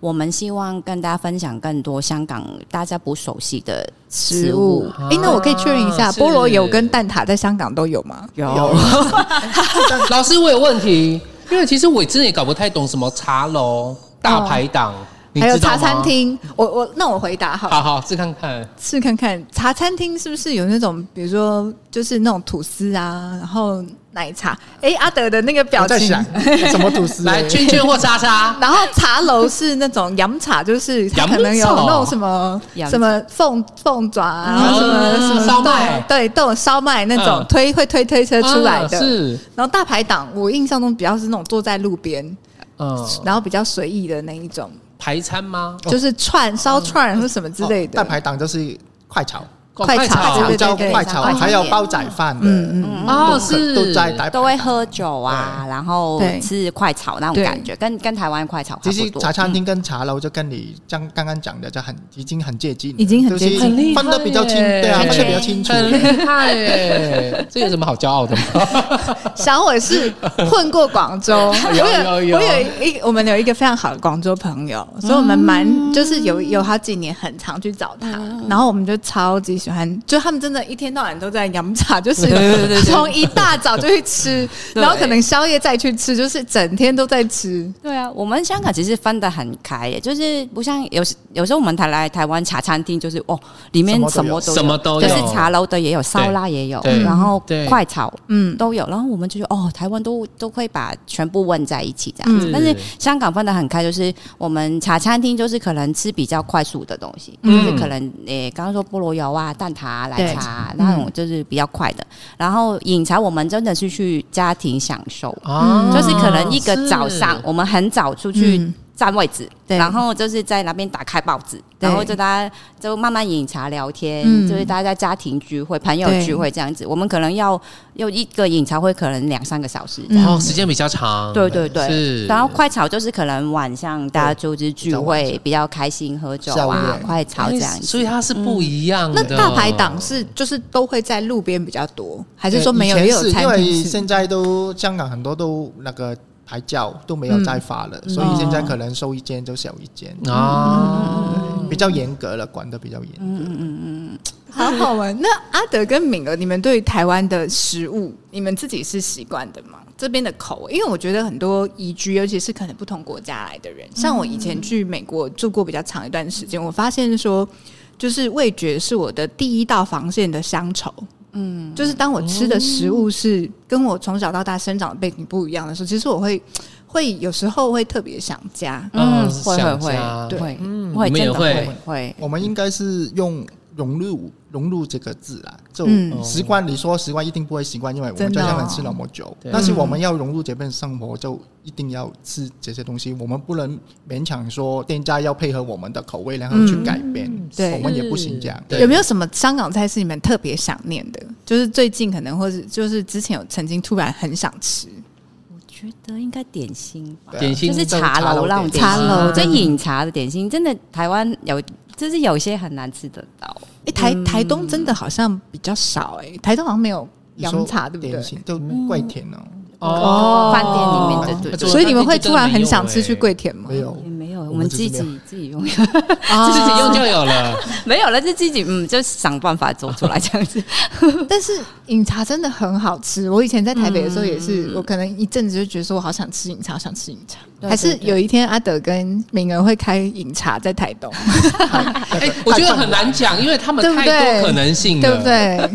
D: 我们希望跟大家分享更多香港大家不熟悉的食物。
B: 啊
A: 哎、那我可以确认一下，
B: 是
A: 菠萝油跟蛋挞在香港都有吗？
D: 有，
B: 老师，我有问题，因为其实我真的也搞不太懂什么茶楼、大排档，你
A: 哦还有
B: 知道
A: 茶
B: 吗
A: 餐。厅，我我那我回答好了
B: 好好试看看，
A: 试看看茶餐厅是不是有那种，比如说就是那种吐司啊，然后奶茶。哎、阿德的那个表
E: 我在
A: 情。
E: 想什么吐司
B: 来圈圈或叉叉。
A: 然后茶楼是那种洋茶，就是它可能有
B: 洋茶
A: 那种什么
D: 洋茶
A: 什么凤凤爪啊，然后什么
B: 嗯
A: 什么
B: 烧麦
A: 豆对豆烧麦那种
B: 嗯
A: 推会推推车 出来
B: 啊
A: 的。
B: 是，
A: 然后大排档，我印象中比较是那种坐在路边，
B: 嗯，
A: 然后比较随意的那一种，
B: 排餐吗？
A: 就是
B: 哦
A: 串烧串或什么之类的。
E: 大哦排档就是快炒，
A: 快炒对对
E: 比较
A: 对
E: 快炒，
D: 快炒
E: 还有煲仔饭的，
A: 嗯嗯，
B: 哦，
E: 都可
B: 是
E: 都在大排
D: 都会喝酒啊，然后
A: 对
D: 吃快炒那种
A: 对
D: 感觉，跟跟台湾快炒差
E: 其
D: 不
E: 实
D: 多。嗯
E: 茶餐厅跟茶楼就跟你刚刚刚讲的就很已经很接近了，
A: 嗯已经很接近
E: 就是
B: 很厉害
E: 分的比较清，
B: 耶
E: 对啊，
B: 很
E: 分的比较
D: 全
E: 清楚。
B: 很厉害耶！这有什么好骄傲的吗？
A: 小伟是混过广州，我
B: 有有有
A: 我有一我们有一个非常好的广州朋友，所以我们蛮就是有有好几年很常去找他，然后我们就超级喜欢，就他们真的一天到晚都在养茶，就是从一大早就去吃，
D: 对
A: 然后可能宵夜再去吃，就是整天都在吃。
D: 对啊，我们香港其实分得很开耶，就是不像有时有时候我们台来台湾茶餐厅，就是哦，里面什
E: 什
D: 么
E: 么
D: 都
B: 什么都
D: 就
B: 有，
D: 是茶楼的也有，烧腊也有
B: 对，
D: 然后
B: 对
D: 快炒
A: 嗯，
D: 都有，然后我们就觉得哦，台湾都都会把全部问在一起这样子，
B: 嗯
D: 但是香港分得很开，就是我们茶餐厅就是可能吃比较快速的东西，
B: 嗯
D: 就是可能诶、刚刚说菠萝油啊、蛋挞、啊、奶茶、啊、
A: 对
D: 那种就是比较快的，然后饮茶我们真的是去家庭享受。
B: 啊
D: 就是可能一个早上，我们很早出去
A: 嗯
D: 占位置，
A: 对
D: 然后就是在那边打开报纸，
A: 对
D: 然后就大家就慢慢饮茶聊天，
A: 嗯
D: 就是大家家庭聚会、朋友聚会这样子。我们可能要要一个饮茶会，可能两三个小时
A: 嗯
D: 这样。
B: 哦，时间比较长，
D: 对对对。
B: 是，
D: 然后快炒就是可能晚上大家就是聚
E: 比较晚
D: 会
B: 嗯
D: 比较开心，喝酒
E: 宵
D: 啊
E: 夜，
D: 快炒这样子。
B: 所以它是不一样
A: 那
B: 的。
A: 大排档是就是都会在路边比较多，还是说没有
E: 以
A: 也
E: 前
A: 有
E: 是
A: 餐
E: 因为
A: 厅是？
E: 现在都香港很多都那个牌照都没有再发
A: 嗯
E: 了，所以现在可能收一间就小一间，
B: 啊，
E: 比较严格了，管得比较严。
A: 好好玩。那阿德跟敏儿，你们对于台湾的食物，你们自己是习惯的吗？这边的口味，因为我觉得很多移居，尤其是可能不同国家来的人，像我以前去美国住过比较长一段时间，我发现说，就是味觉是我的第一道防线的乡愁。嗯，就是当我吃的食物是跟我从小到大生长的背景不一样的时候，其实我会会有时候会特别想家。
B: 嗯
D: 会会
B: 想
D: 会
B: 家
D: 对，
E: 嗯
D: 会
B: 你们也
D: 真的
B: 会
D: 会会，
E: 我们应该是用融入融入这个字啦，就
B: 哦
A: 嗯
E: 习惯。你说习惯一定不会习惯，因为我们
A: 真
E: 在
A: 的
E: 香港
A: 哦
E: 吃那么久，
B: 对
E: 但是我们要融入这边生活，就一定要吃这些东西。我们不能勉强说店家要配合我们的口味，然后去改变，
A: 对
E: 我们也不行这样。
B: 对
A: 有没有什么香港菜是你们特别想念的？就是最近可能，或是就是之前有曾经突然很想吃，
D: 我觉得应该点心吧。
E: 对
B: 点心
D: 就是茶楼那种
E: 点
D: 点
E: 心
D: 心
A: 茶楼
D: 就饮茶的点心，真的台湾有，就是有些很难吃得到。
A: 哎、台台东真的好像比较少哎、台东好像没有
E: 你说
A: 洋茶，对不对
E: 点？心就
B: 嗯
E: 跪舔哦，
B: 哦
D: 饭店里面的对
B: 对
A: 所以你们会突然很想吃去
B: 柜
A: 跪舔吗？
E: 没有
D: 也没有，
E: 我
D: 我
E: 们
D: 们
E: 自
D: 自
E: 己
D: 己
E: 没
D: 自己用，
B: 自己用就有了。
D: 没有了，就自己嗯，就想办法做出来这样 子。
A: 但是饮茶真的很好吃。我以前在台北的时候也是，
D: 嗯
A: 我可能一阵子就觉得说我好想吃饮茶，想吃饮茶。
D: 对
A: 还是
D: 对对
A: 有一天阿德跟敏儿会开饮茶在台东，
B: 哎，我觉得很难讲，因为他们
A: 对不
B: 太
A: 对
B: 多可能性了，
A: 对不？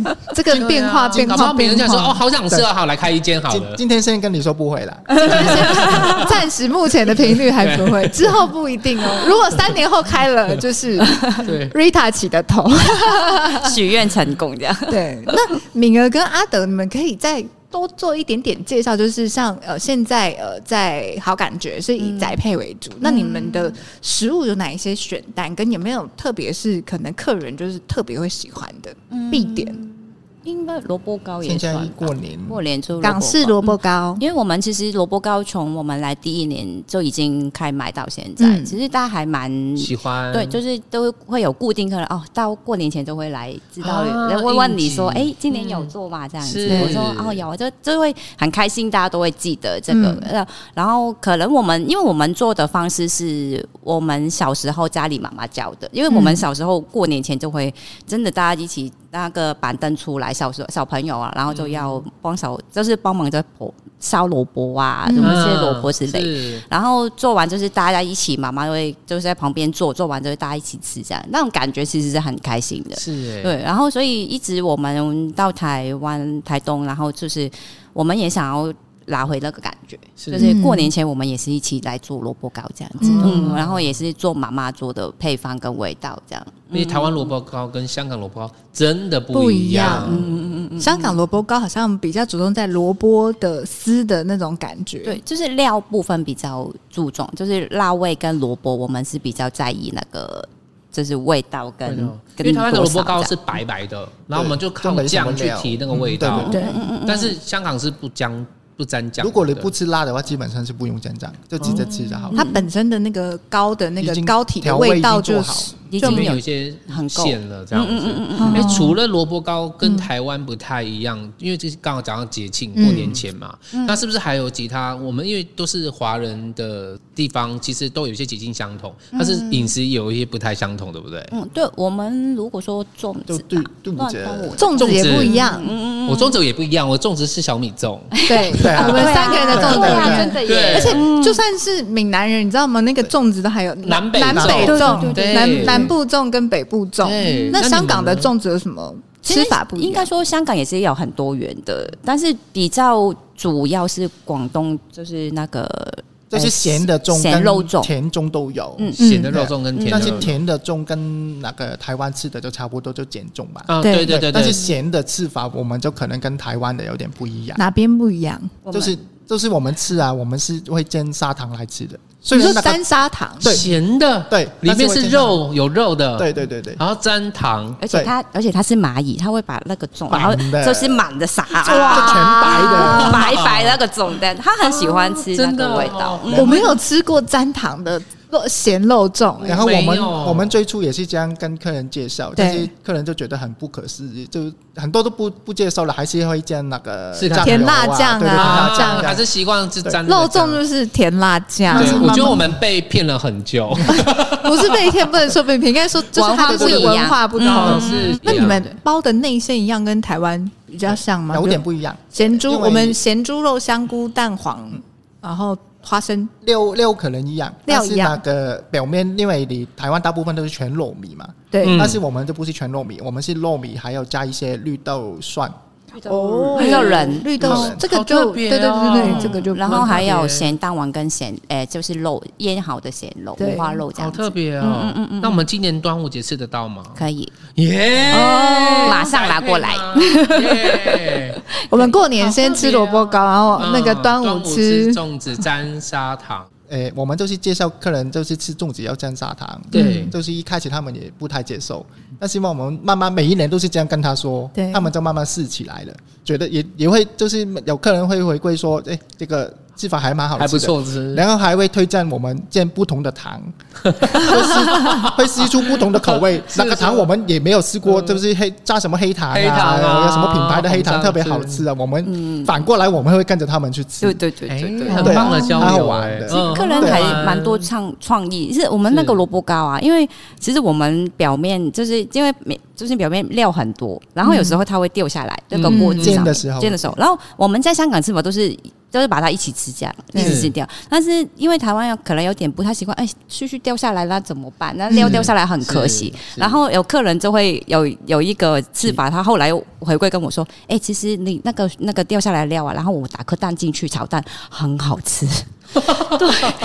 A: 对？这个变化变
B: 嗯啊搞不
A: 化
B: 好别
A: 变
B: 人讲说哦，
A: 化，
B: 好想吃啊，好来开一间好
E: 今
B: 了。
E: 今天先跟你说不会了，
A: 嗯 暂时目前的频率还不会，之后不一定哦。如果三年后开了，就是
B: 对，
A: Rita 起的头。
D: 许愿成功这样。
A: 对， 那敏儿跟阿德，你们可以再多做一点点介绍，就是像呃，现在呃，在好感觉是以宅配为主，那你们的食物有哪一些选单，跟有没有特别是可能客人就是特别会喜欢的、必点
D: 应该萝卜糕也
E: 现在
D: 算吧
E: 过年
D: 过年就萝卜糕
A: 港式萝卜糕？
D: 因为我们其实萝卜糕从我们来第一年就已经开卖到现在，
A: 嗯
D: 其实大家还蛮
B: 喜欢
D: 嗯对，就是都会有固定客人哦，到过年前都会来知道，
B: 啊
D: 然后会问你说，
B: 应
D: 哎
B: 景，
D: 今年有做吗？这样子
B: 是，
D: 我说哦有啊，就就会很开心，大家都会记得这个。
A: 嗯
D: 呃然后可能我们因为我们做的方式是我们小时候家里妈妈教的，因为我们
A: 嗯
D: 小时候过年前就会真的大家一起那个板凳出来，小时候小朋友啊，然后就要帮手，就是帮忙在剥削萝卜啊，什
A: 嗯
D: 么
B: 嗯
D: 这些萝卜之类的。
B: 是
D: 然后做完就是大家一起，妈妈会就是在旁边做，做完就会大家一起吃，这样那种感觉其实是很开心的。
B: 是，哎，
D: 对，然后所以一直我们到台湾、台东，然后就是我们也想要拿回那个感觉，
B: 是
D: 就是过年前我们也是一起来做萝卜糕这样子，
A: 嗯
D: 嗯然后也是做妈妈做的配方跟味道这样，
B: 因为台湾萝卜糕跟香港萝卜糕真的不一样
A: 不，香港萝卜糕好像比较主动在萝卜的丝的那种感觉，
D: 对，就是料部分比较注重，就是辣味跟萝卜，我们是比较在意那个。就是味道跟
B: 对哦因
D: 跟
B: 为台湾的
D: 多
B: 萝卜
D: 少
B: 糕
D: 这样
B: 是白白的，然后我们就
E: 就
B: 靠
E: 没什么
B: 酱去
E: 料
B: 提那个味道
E: 嗯，
A: 对
B: 但是香港是不姜不沾酱的。
E: 如果你不吃辣的话，基本上是不用增长，就直接吃就好了。
A: 嗯它本身的那个糕的那个
E: 已经
A: 膏体的
E: 调味
A: 味道
E: 已经
A: 就
E: 做
A: 是
D: 已
B: 就
D: 经
B: 面
D: 有嗯
B: 有一些
D: 很够嗯
B: 馅了这样子。
A: 哦
B: 哎、除了萝卜糕跟台湾不太一样，因为这是刚好讲到节庆过年前嘛，那是不是还有其他？我们因为都是华人的地方，其实都有一些节庆相同，但是饮食有一些不太相同，对不对？
D: 嗯，对，我们如果说粽
E: 就
D: 子
E: 对
D: 吧，
E: 对
D: 乱
E: 折
D: 端午
A: 粽子也
B: 粽子
A: 不一样，
B: 我粽子也不一样，我粽子是小米粽，
A: 对，
E: 对啊
A: 我们三个人的粽子
D: 对
A: 不一
D: 啊，
A: 样
D: 真。的
B: 对
D: 耶，
A: 哎而且嗯就算是闽南人，你知道吗？那个粽子都还有
B: 南北
A: 南
B: 粽
A: 北
B: 对对
A: 粽、
B: 对
A: 南
B: 对
A: 南部粽跟北部粽
B: 对。
A: 那
B: 那你们
A: 香港的
B: 呢
A: 粽子有什么吃法不一样？
D: 应该说香港也是有很多元的，但是比较主要是广东，就是那个
E: 就是哎咸的粽、
D: 呃咸肉粽
E: 甜粽都有。
D: 嗯
B: 咸的肉粽跟甜的
E: 但是
B: 肉粽。
E: 甜的粽跟那个台湾吃的就差不多，就碱粽吧。
B: 啊，
A: 对
B: 对对对
E: 但是
B: 对，
E: 咸的吃法，我们就可能跟台湾的有点不一样，
A: 哪边不一样？
D: 我们
E: 就是就是我们吃啊，我们是会煎砂糖来吃的，所
A: 你
E: 以
A: 说
E: 那个
A: 三砂糖，
E: 对
B: 咸的，
E: 对
B: 里
E: 但
B: 面
E: 是会
B: 是
E: 加
B: 肉，有肉的，
E: 对，对对对，
B: 然后沾糖，
D: 而且它，而且它是蚂蚁，它会把那个粽，然后
E: 满的
D: 就是满的撒，
E: 就全白的，
D: 白白那个粽但它很喜欢吃那
B: 真的
D: 个
B: 哦
D: 味道。嗯
A: 我没有吃过沾糖的肉咸肉粽，哎
E: 然后我
B: 没
E: 们
B: 有
E: 我们最初也是这样跟客人介绍，但是
A: 对
E: 客人就觉得很不可思议，就很多都不不接受了，还是会煎那个
B: 是的
E: 酱
A: 甜
E: 油
A: 辣
E: 啊
A: 酱
E: 对对
A: 啊
E: 甜辣
A: 这
E: 酱
A: 样
E: 啊
B: 还是习惯是沾
A: 肉
B: 粽
A: 粽就是甜辣酱
E: 但，是
B: 对，我觉
E: 慢
B: 得
E: 慢
B: 我们被骗了很久，
A: 不是被骗，不能说被骗，应该说就是它的这个
D: 文
A: 文
D: 化
A: 化不同。
B: 是
A: 那你们包的内馅一样跟台湾比较像吗？
E: 有点不一样。
A: 咸猪，
E: 因为
A: 我们咸猪肉、香菇、蛋黄，然后花生，
E: 料料可能一样，
A: 料
E: 但
A: 一
E: 是
A: 样
E: 那个表面，因为你台湾大部分都是全糯米嘛，
A: 对
B: 嗯
E: 但是我们就不是全糯米，我们是糯米，还要加一些绿豆蒜，
A: 哦
D: 绿豆仁
A: 绿豆
E: 好
A: 这个
B: 好
A: 就、
B: 特
A: 对
B: 别
A: 对对
B: 哦
A: 对，这个就
D: 然后还
B: 蛮特
D: 有
B: 别
D: 咸蛋黄跟咸，诶、就是肉腌好的咸肉，
A: 对
D: 五花肉这
B: 好
D: 样
B: 特
D: 子，嗯
B: 别哦。那我们今年端午节吃得到吗？
D: 可以。
B: 耶！
D: 哦马上拿过来
B: 耶！
A: 我们过年先吃萝卜糕，然
D: 哦
A: 后那个
B: 嗯
A: 端午
B: 午
A: 吃
B: 吃粽子沾砂糖，
E: 诶，我们就是介绍客人就是吃粽子要蘸砂糖，
B: 对
E: 嗯就是一开始他们也不太接受，但是嘛，我们慢慢每一年都是这样跟他说，
A: 对
E: 他们就慢慢试起来了，觉得也也会就是有客人会回馈说，诶，这个吃法还蛮好吃的，
B: 还不错吃。
E: 然后还会推荐我们见不同的糖，就是会试出不同的口味。
B: 是
E: 那个糖
B: 是
E: 我们也没有试过，就是黑加什么黑糖啊，
B: 黑糖啊
E: 有什么品牌的黑糖
B: 红糖
E: 特别好吃啊？我们反过来我们会跟着他们去吃
D: 嗯对。对对
B: 哎
D: 对对，，
B: 很
E: 对
B: 棒的
E: 蛮
B: 交
E: 好
B: 流
E: 玩
B: 哎
E: 的，
B: 嗯
D: 客人还蛮多创创意，是我们那个萝卜糕啊，因为其实我们表面就是因为每就是表面料很多，然后有时候它会掉下来，那个锅子上
E: 煎
D: 面
E: 的时候
D: 煎的时候，然后我们在香港吃法都是。就是把它一起吃这样，一
B: 对
D: 起吃掉。但是因为台湾有可能有点不太习惯，哎，絮絮掉下来啦，怎么办？那料
B: 嗯
D: 掉下来很可惜。
B: 是是
D: 然后有客人就会有有一个吃法，他后来又回归跟我说，哎，其实你那个那个掉下来的料啊，然后我打颗蛋进去炒蛋，很好吃。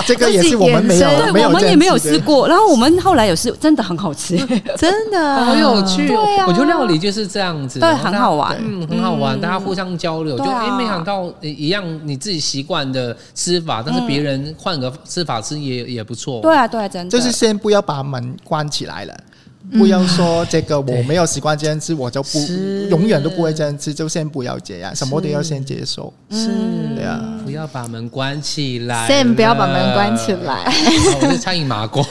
E: 这个也是我们没有哦没
D: 对，
E: 有
D: 我们也没有
E: 见
D: 试
E: 识的。
D: 过。然后我们后来有试，真的很好吃，
A: 真的
B: 好有趣哦
D: 嗯对！啊
B: 我觉得料理就是这样子，
D: 对，
B: 然后
D: 很
B: 大家
D: 好玩。
B: 嗯，很好玩，大家互相交流，就
D: 对啊
B: 哎、诶没想到呃一样你自己习惯的吃法，但是别人换个吃法吃也、也不错。
D: 嗯对啊，对啊，真的。
E: 就是先不要把门关起来了。不要说这个我没有习惯这样吃，我就不
B: 是
E: 永远都不会这样吃，就先不要这样，什么都要先接受。
B: 是
E: 对啊，
B: 不要把门关起来了。
A: 嗯，Sam 不要把门关起来。
B: 哦。我是餐饮麻瓜，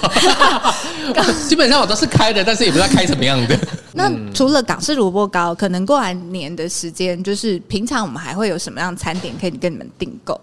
B: 基本上我都是开的，但是也不知道开什么样的。
A: 那除了港式萝卜糕，可能过完年的时间，就是平常我们还会有什么样的餐点可以跟你们订购？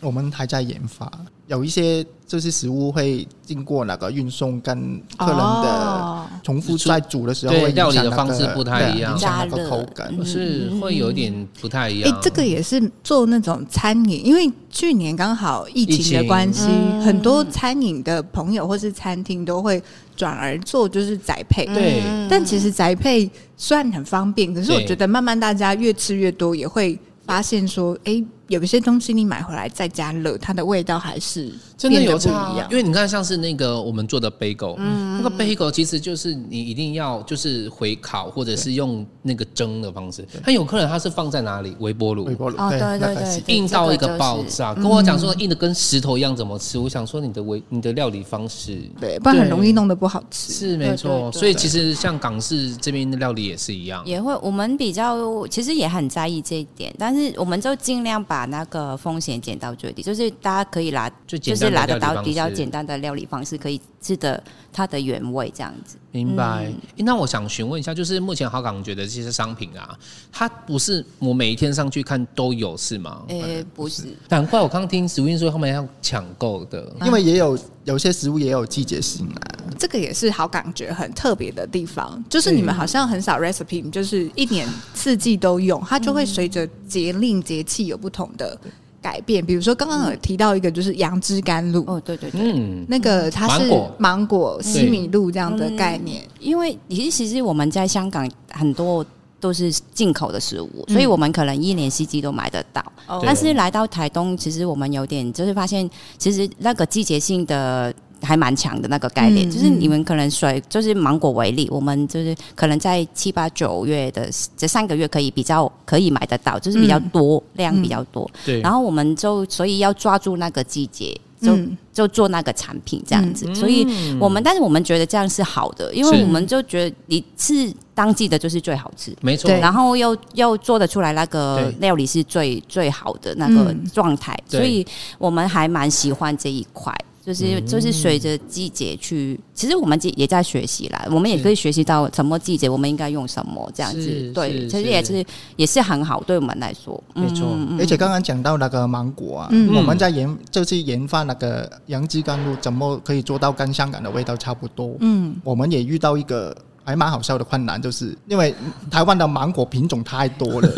E: 我们还在研发，有一些就是食物会经过那个运送跟客人的
A: 哦
E: 重复在煮的时候
B: 对
E: 会影
B: 料
E: 响
B: 理的
E: 那个
B: 方式不太一样
E: 对影响那个口
D: 加
E: 感。
B: 是会有点不太一
A: 哎、
B: 样。
A: 这个也是做那种餐饮，因为去年刚好疫
B: 疫
A: 情
B: 情
A: 的关系，
D: 嗯
A: 很多餐饮的朋友或是餐厅都会转而做就是宅配。
B: 对，
D: 嗯
A: 但其实宅配虽然很方便，可是我
B: 对
A: 觉得慢慢大家越吃越多，也会发现说，哎、有一些东西你买回来在家热，它的味道还是
B: 真的
A: 变得
B: 有
A: 不
B: 差
A: 一
B: 啊
A: 样，嗯
B: 因。为你看，像是那个我们做的 bagel，、那个 bagel 其实就是你一定要就是回烤或者是用那个蒸的方式。他有客人他是放在哪里微波炉
E: 微，波炉
D: 哦，对
E: 那
D: 对
E: 个
D: 对，
E: 是
D: 对
B: 硬到一个爆。
D: 这就是
A: 嗯
B: 炸，跟我讲说硬的跟石头一样怎么吃？我想说你的微你的料理方式
A: 对，不然很容易弄得不好吃。
B: 是没错，
D: 对对对
B: 所以其实像港式这边的料理也是一样，
D: 也会，我们比较其实也很在意这一点，但是我们就尽量把那个风险减到最低，就是大家可以拿，
B: 最
D: 就
B: 简
D: 是
B: 单的
D: 拿
B: 料
D: 得
B: 理
D: 到
B: 方
D: 比较
B: 式。
D: 简单的料理方式，可以吃的它的原味这样子。
B: 明白、
D: 嗯
B: 诶那我想询问一下，就是目前好港觉得这些商品啊，它不是我每一天上去看都有是吗？
D: 诶，不是，
B: 难怪我刚听史云说他们要抢购的，
E: 因为也有有些食物也有季节性啊，
A: 这个也是好感觉很特别的地方，就是你们好像很少 recipe，你就是一年四季都用，它就会随着节令节气有不同的改变。比如说刚刚有提到一个就是杨枝甘露，
D: 哦，对对对。
B: 嗯，
A: 那个它是
B: 芒果
A: 芒果西米露这样的概念，
D: 因为其实其实我们在香港很多都是进口的食物，所以我们可能一年四季都买得到。
A: 哦
D: 但是来到台东，其实我们有点就是发现，其实那个季节性的。还蛮强的那个概念，
A: 嗯
D: 就是你们可能水，就是芒果为例，我们就是可能在七八九月的这三个月可以比较可以买得到，就是比较多、量比较多，
A: 嗯
B: 对
D: 然后我们就所以要抓住那个季节，就、
A: 嗯
D: 就做那个产品这样
B: 嗯
D: 子，所以我们，但是我们觉得这样是好的，因
B: 是
D: 为我们就觉得你是当季的，就是最好吃。
B: 没错，
D: 然后又又做得出来那个
B: 对
D: 料理是最最好的那个
A: 嗯
D: 状态，
B: 对
D: 所以我们还蛮喜欢这一块，
B: 嗯
D: 就是就是随着季节去，其实我们也也在学习啦，我们也可以学习到什么季节我们应该用什么这样
B: 是
D: 子，
B: 是
D: 对，其实也
B: 是
D: 是也是很好对我们来说，
B: 没错
D: 嗯嗯嗯
E: 而且刚刚讲到那个芒果啊，
A: 嗯
E: 我们在研就是研发那个杨枝甘露，怎么可以做到跟香港的味道差不多？
A: 嗯，
E: 我们也遇到一个还蛮好笑的困难，就是因为台湾的芒果品种太多 了，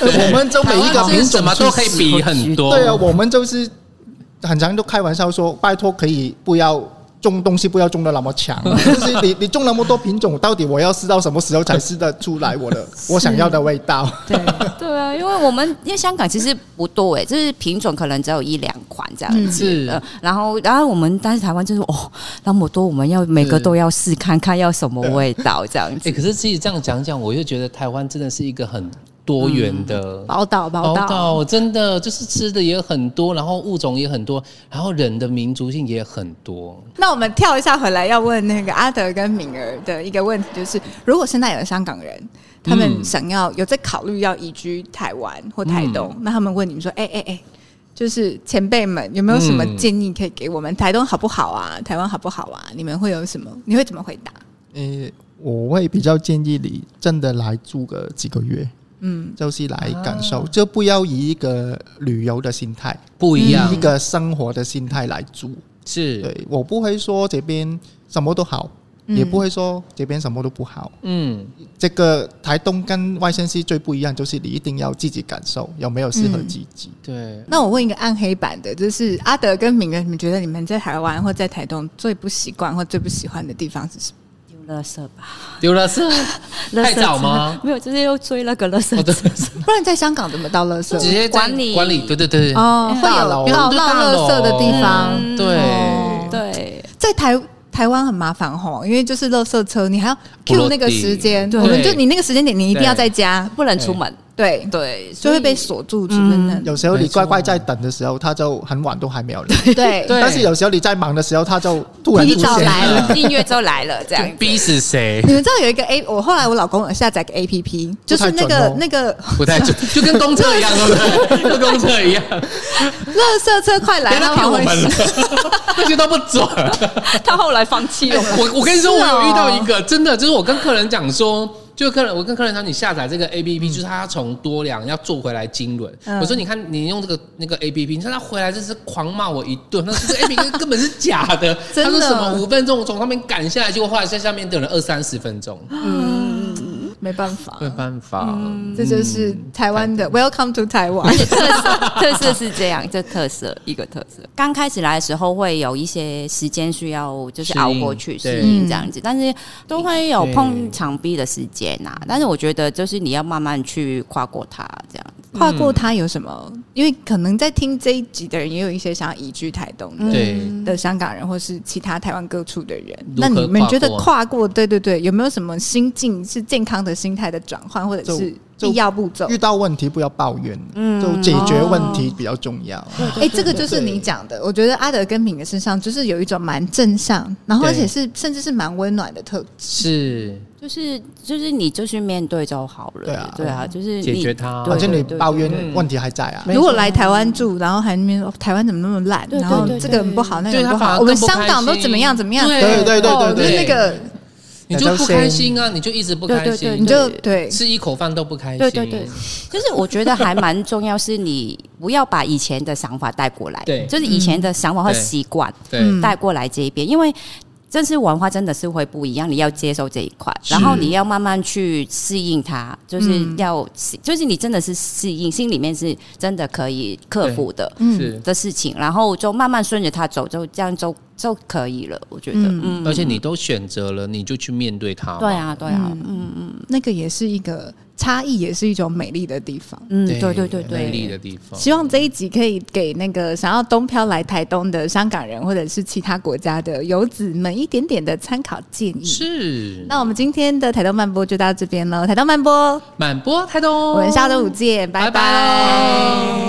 E: 我们就每一个
B: 台湾
E: 品
B: 是
E: 种
B: 什么
E: 去
B: 都可以
E: 试
B: 比很多，
E: 对啊，我们就是很常都开玩笑说，拜托可以不要。种东西不要种的那么 强，就是你你种那么多品种，到底我要试到什么时候才试得出 来我的我想要的味道？
D: 对啊，因为我们因为香港其实不多哎、就是品种可能只有一两款这样子。
B: 是
D: 呃，然后然后我们但是台湾就是哦那么多，我们要每个
B: 是
D: 都要试看看要什么味道这样子
B: 哎、。可是自己这样讲讲，我又觉得台湾真的是一个很多元
D: 嗯
B: 的
G: 宝岛宝岛，
B: 岛，哦真的就是吃的也很多，然后物种也很多，然后人的民族性也很多。
A: 那我们跳一下回来，要问那个阿德跟敏儿的一个问题，就是如果现在有香港人，他们
B: 嗯
A: 想要有在考虑要移居台湾或台
E: 嗯
A: 东，那他们问你们说，哎哎哎，就是前辈们有没有什么
B: 嗯
A: 建议可以给我们？台东好不好啊？台湾好不好啊？你们会有什么？你会怎么回答？
E: 呃，我会比较建议你真的来住个几个月，嗯，就是来感受，
B: 啊
E: 就不要以一个旅游的心态，
B: 不一样
E: 以一个生活的心态来住。
B: 是，
E: 对我不会说这边什么都好，也
A: 嗯
E: 不会说这边什么都不好。
B: 嗯，
E: 这个台东跟外县市最不一样，就是你一定要自己感受有没有适合自己。
B: 对。
A: 那我问一个暗黑版的，就是阿德跟敏儿，你们觉得你们在台湾或在台东最不习惯或最不喜欢的地方是什么？
D: 丢垃圾吧，
B: 丢了 是
D: 垃圾
B: 太早吗
D: 车？没有，就是又追那个垃圾
B: 哦对
D: 车。
A: 不然在香港怎么到垃圾？
B: 直接在
D: 管理
B: 管理，对对对，
A: 哦，会
E: 大
A: 有
E: 楼
A: 闹闹
B: 大
A: 垃
B: 楼
A: 圾的地方。
D: 嗯
B: 对
A: 哦
D: 对，
A: 在台台湾很麻烦吼，因为就是垃圾车，你还要
B: 不
A: Q
B: 落地
A: 那个时间，
B: 对
A: 我们就你那个时间点，你一定要在家，
D: 不能出门，
A: 对，
D: 对，
A: 哎就
D: 所
A: 会
D: 以
A: 被锁住，真的。
E: 有时候
B: 没
E: 你
B: 错
E: 乖乖在等的时候，他就很晚都还没有来。
A: 对
B: 对
E: 但是有时候你在忙的时候，他就突然
A: 提
E: 出
A: 早
E: 现。
A: 来 了。
D: 订阅就来了，这样
B: 逼死谁
A: 你们知道有一个 A，我后来我老公有下载个 A P P，就是那
E: 不太
A: 个
E: 准哦
A: 那个
B: 不太 准，就跟公厕一样，对不对？ 跟公厕一样，
A: 垃圾车快
B: 不
A: 来
B: 要
A: 了，
B: 骗我们了
A: 会，
B: 那些都不准。
D: 他后来放弃了。
B: 哎我我跟你说，我
A: 是哦
B: 有遇到一个真的，就是我跟客人讲说，就是客人，我跟客人说，你下载这个 A P P，就是他从多良要做回来金轮。我说，你看你用这个那个 A P P，你看他回来真是狂骂我一顿，他说这个 A P P 根本 是假的。
A: 真的
B: 他说什么五分钟从上面赶下来，结果后来在下面等了二三十分钟，
A: 嗯没办法
B: 没，有办法。
A: 嗯
B: 嗯
A: 这就是台湾的 Welcome to 台湾
D: 而。且特色特色是这样，这特色一个特色。刚开始来的时候会有一些时间需要就是
B: 适应
D: 熬过去
B: 对
D: 适应这样子，但是都会有
B: 对
D: 碰墙壁的时间呐、但是我觉得就是你要慢慢去跨过它这样子。
A: 跨过它有什么？因为可能在听这一集的人，也有一些想要移居台东的，
B: 对，
A: 的香港人，或是其他台湾各处的人，
B: 如
A: 那
B: 何
A: 你们觉得
B: 跨过啊
A: 跨过，对对对，有没有什么心境是健康的心态的转换，或者
E: 就是就
A: 必要步骤？
E: 遇到问题不要抱怨，就解决问题比较重要。
A: 哎、这个就是你讲的，我觉得阿德跟敏的身上就是有一种蛮正向，然后
B: 对
A: 而且是甚至是蛮温暖的特质。
B: 是
D: 就是就是你就去面对就好了，
E: 对啊
D: 就是
B: 解
D: 你
B: 决它
D: 对
E: 反正你
D: 对对
E: 抱
D: 对
E: 怨
B: 对
E: 问题还在啊，
A: 如果来台湾住，然后还那边说台湾怎么那么烂，
D: 对对
A: 然后
D: 对对
A: 这个很不好，那个
B: 对
A: 很
B: 他
A: 不
B: 反而
A: 好，我
B: 更
A: 们
B: 不
A: 香港
B: 开
A: 都
B: 心
A: 怎么样怎么样，
B: 对
E: 对对对
A: 哦
E: 对
A: 就是
B: 对
A: 那个
B: 你就不开心啊，你就一直不开
D: 对对
B: 心，
D: 对
A: 你就对
B: 吃一口饭都不开心。
D: 对对对，就是我觉得还蛮重要，是你不要把以前的想法带过来，
B: 对
D: 就是以前的想法和
B: 嗯
D: 习惯
B: 对
D: 带过来这一边，因为。这是文化真的是会不一样，你要接受这一块，然后你要慢慢去适应它，就是要、就是你真的是适应，心里面是真的可以克服的
A: 嗯
B: 是。
D: 的事情，然后就慢慢顺着它走，就这样就就可以了。我觉得，嗯，
B: 而且你都选择了，你就去面对它。
D: 对，啊，对啊，嗯
A: 那个也是一个差异，也是一种美丽的地方。
D: 嗯，对对对
B: 美丽
D: 对，
B: 的地方。
A: 希望这一集可以给那个想要东漂来台东的香港人，或者是其他国家的游子们一点点的参考建
B: 嗯
A: 议。
B: 是
A: 那我们今天的台东漫播就到这边喽，台东漫播，
B: 满播台东，
A: 我们下周五见，拜
B: 拜
A: 拜
B: 拜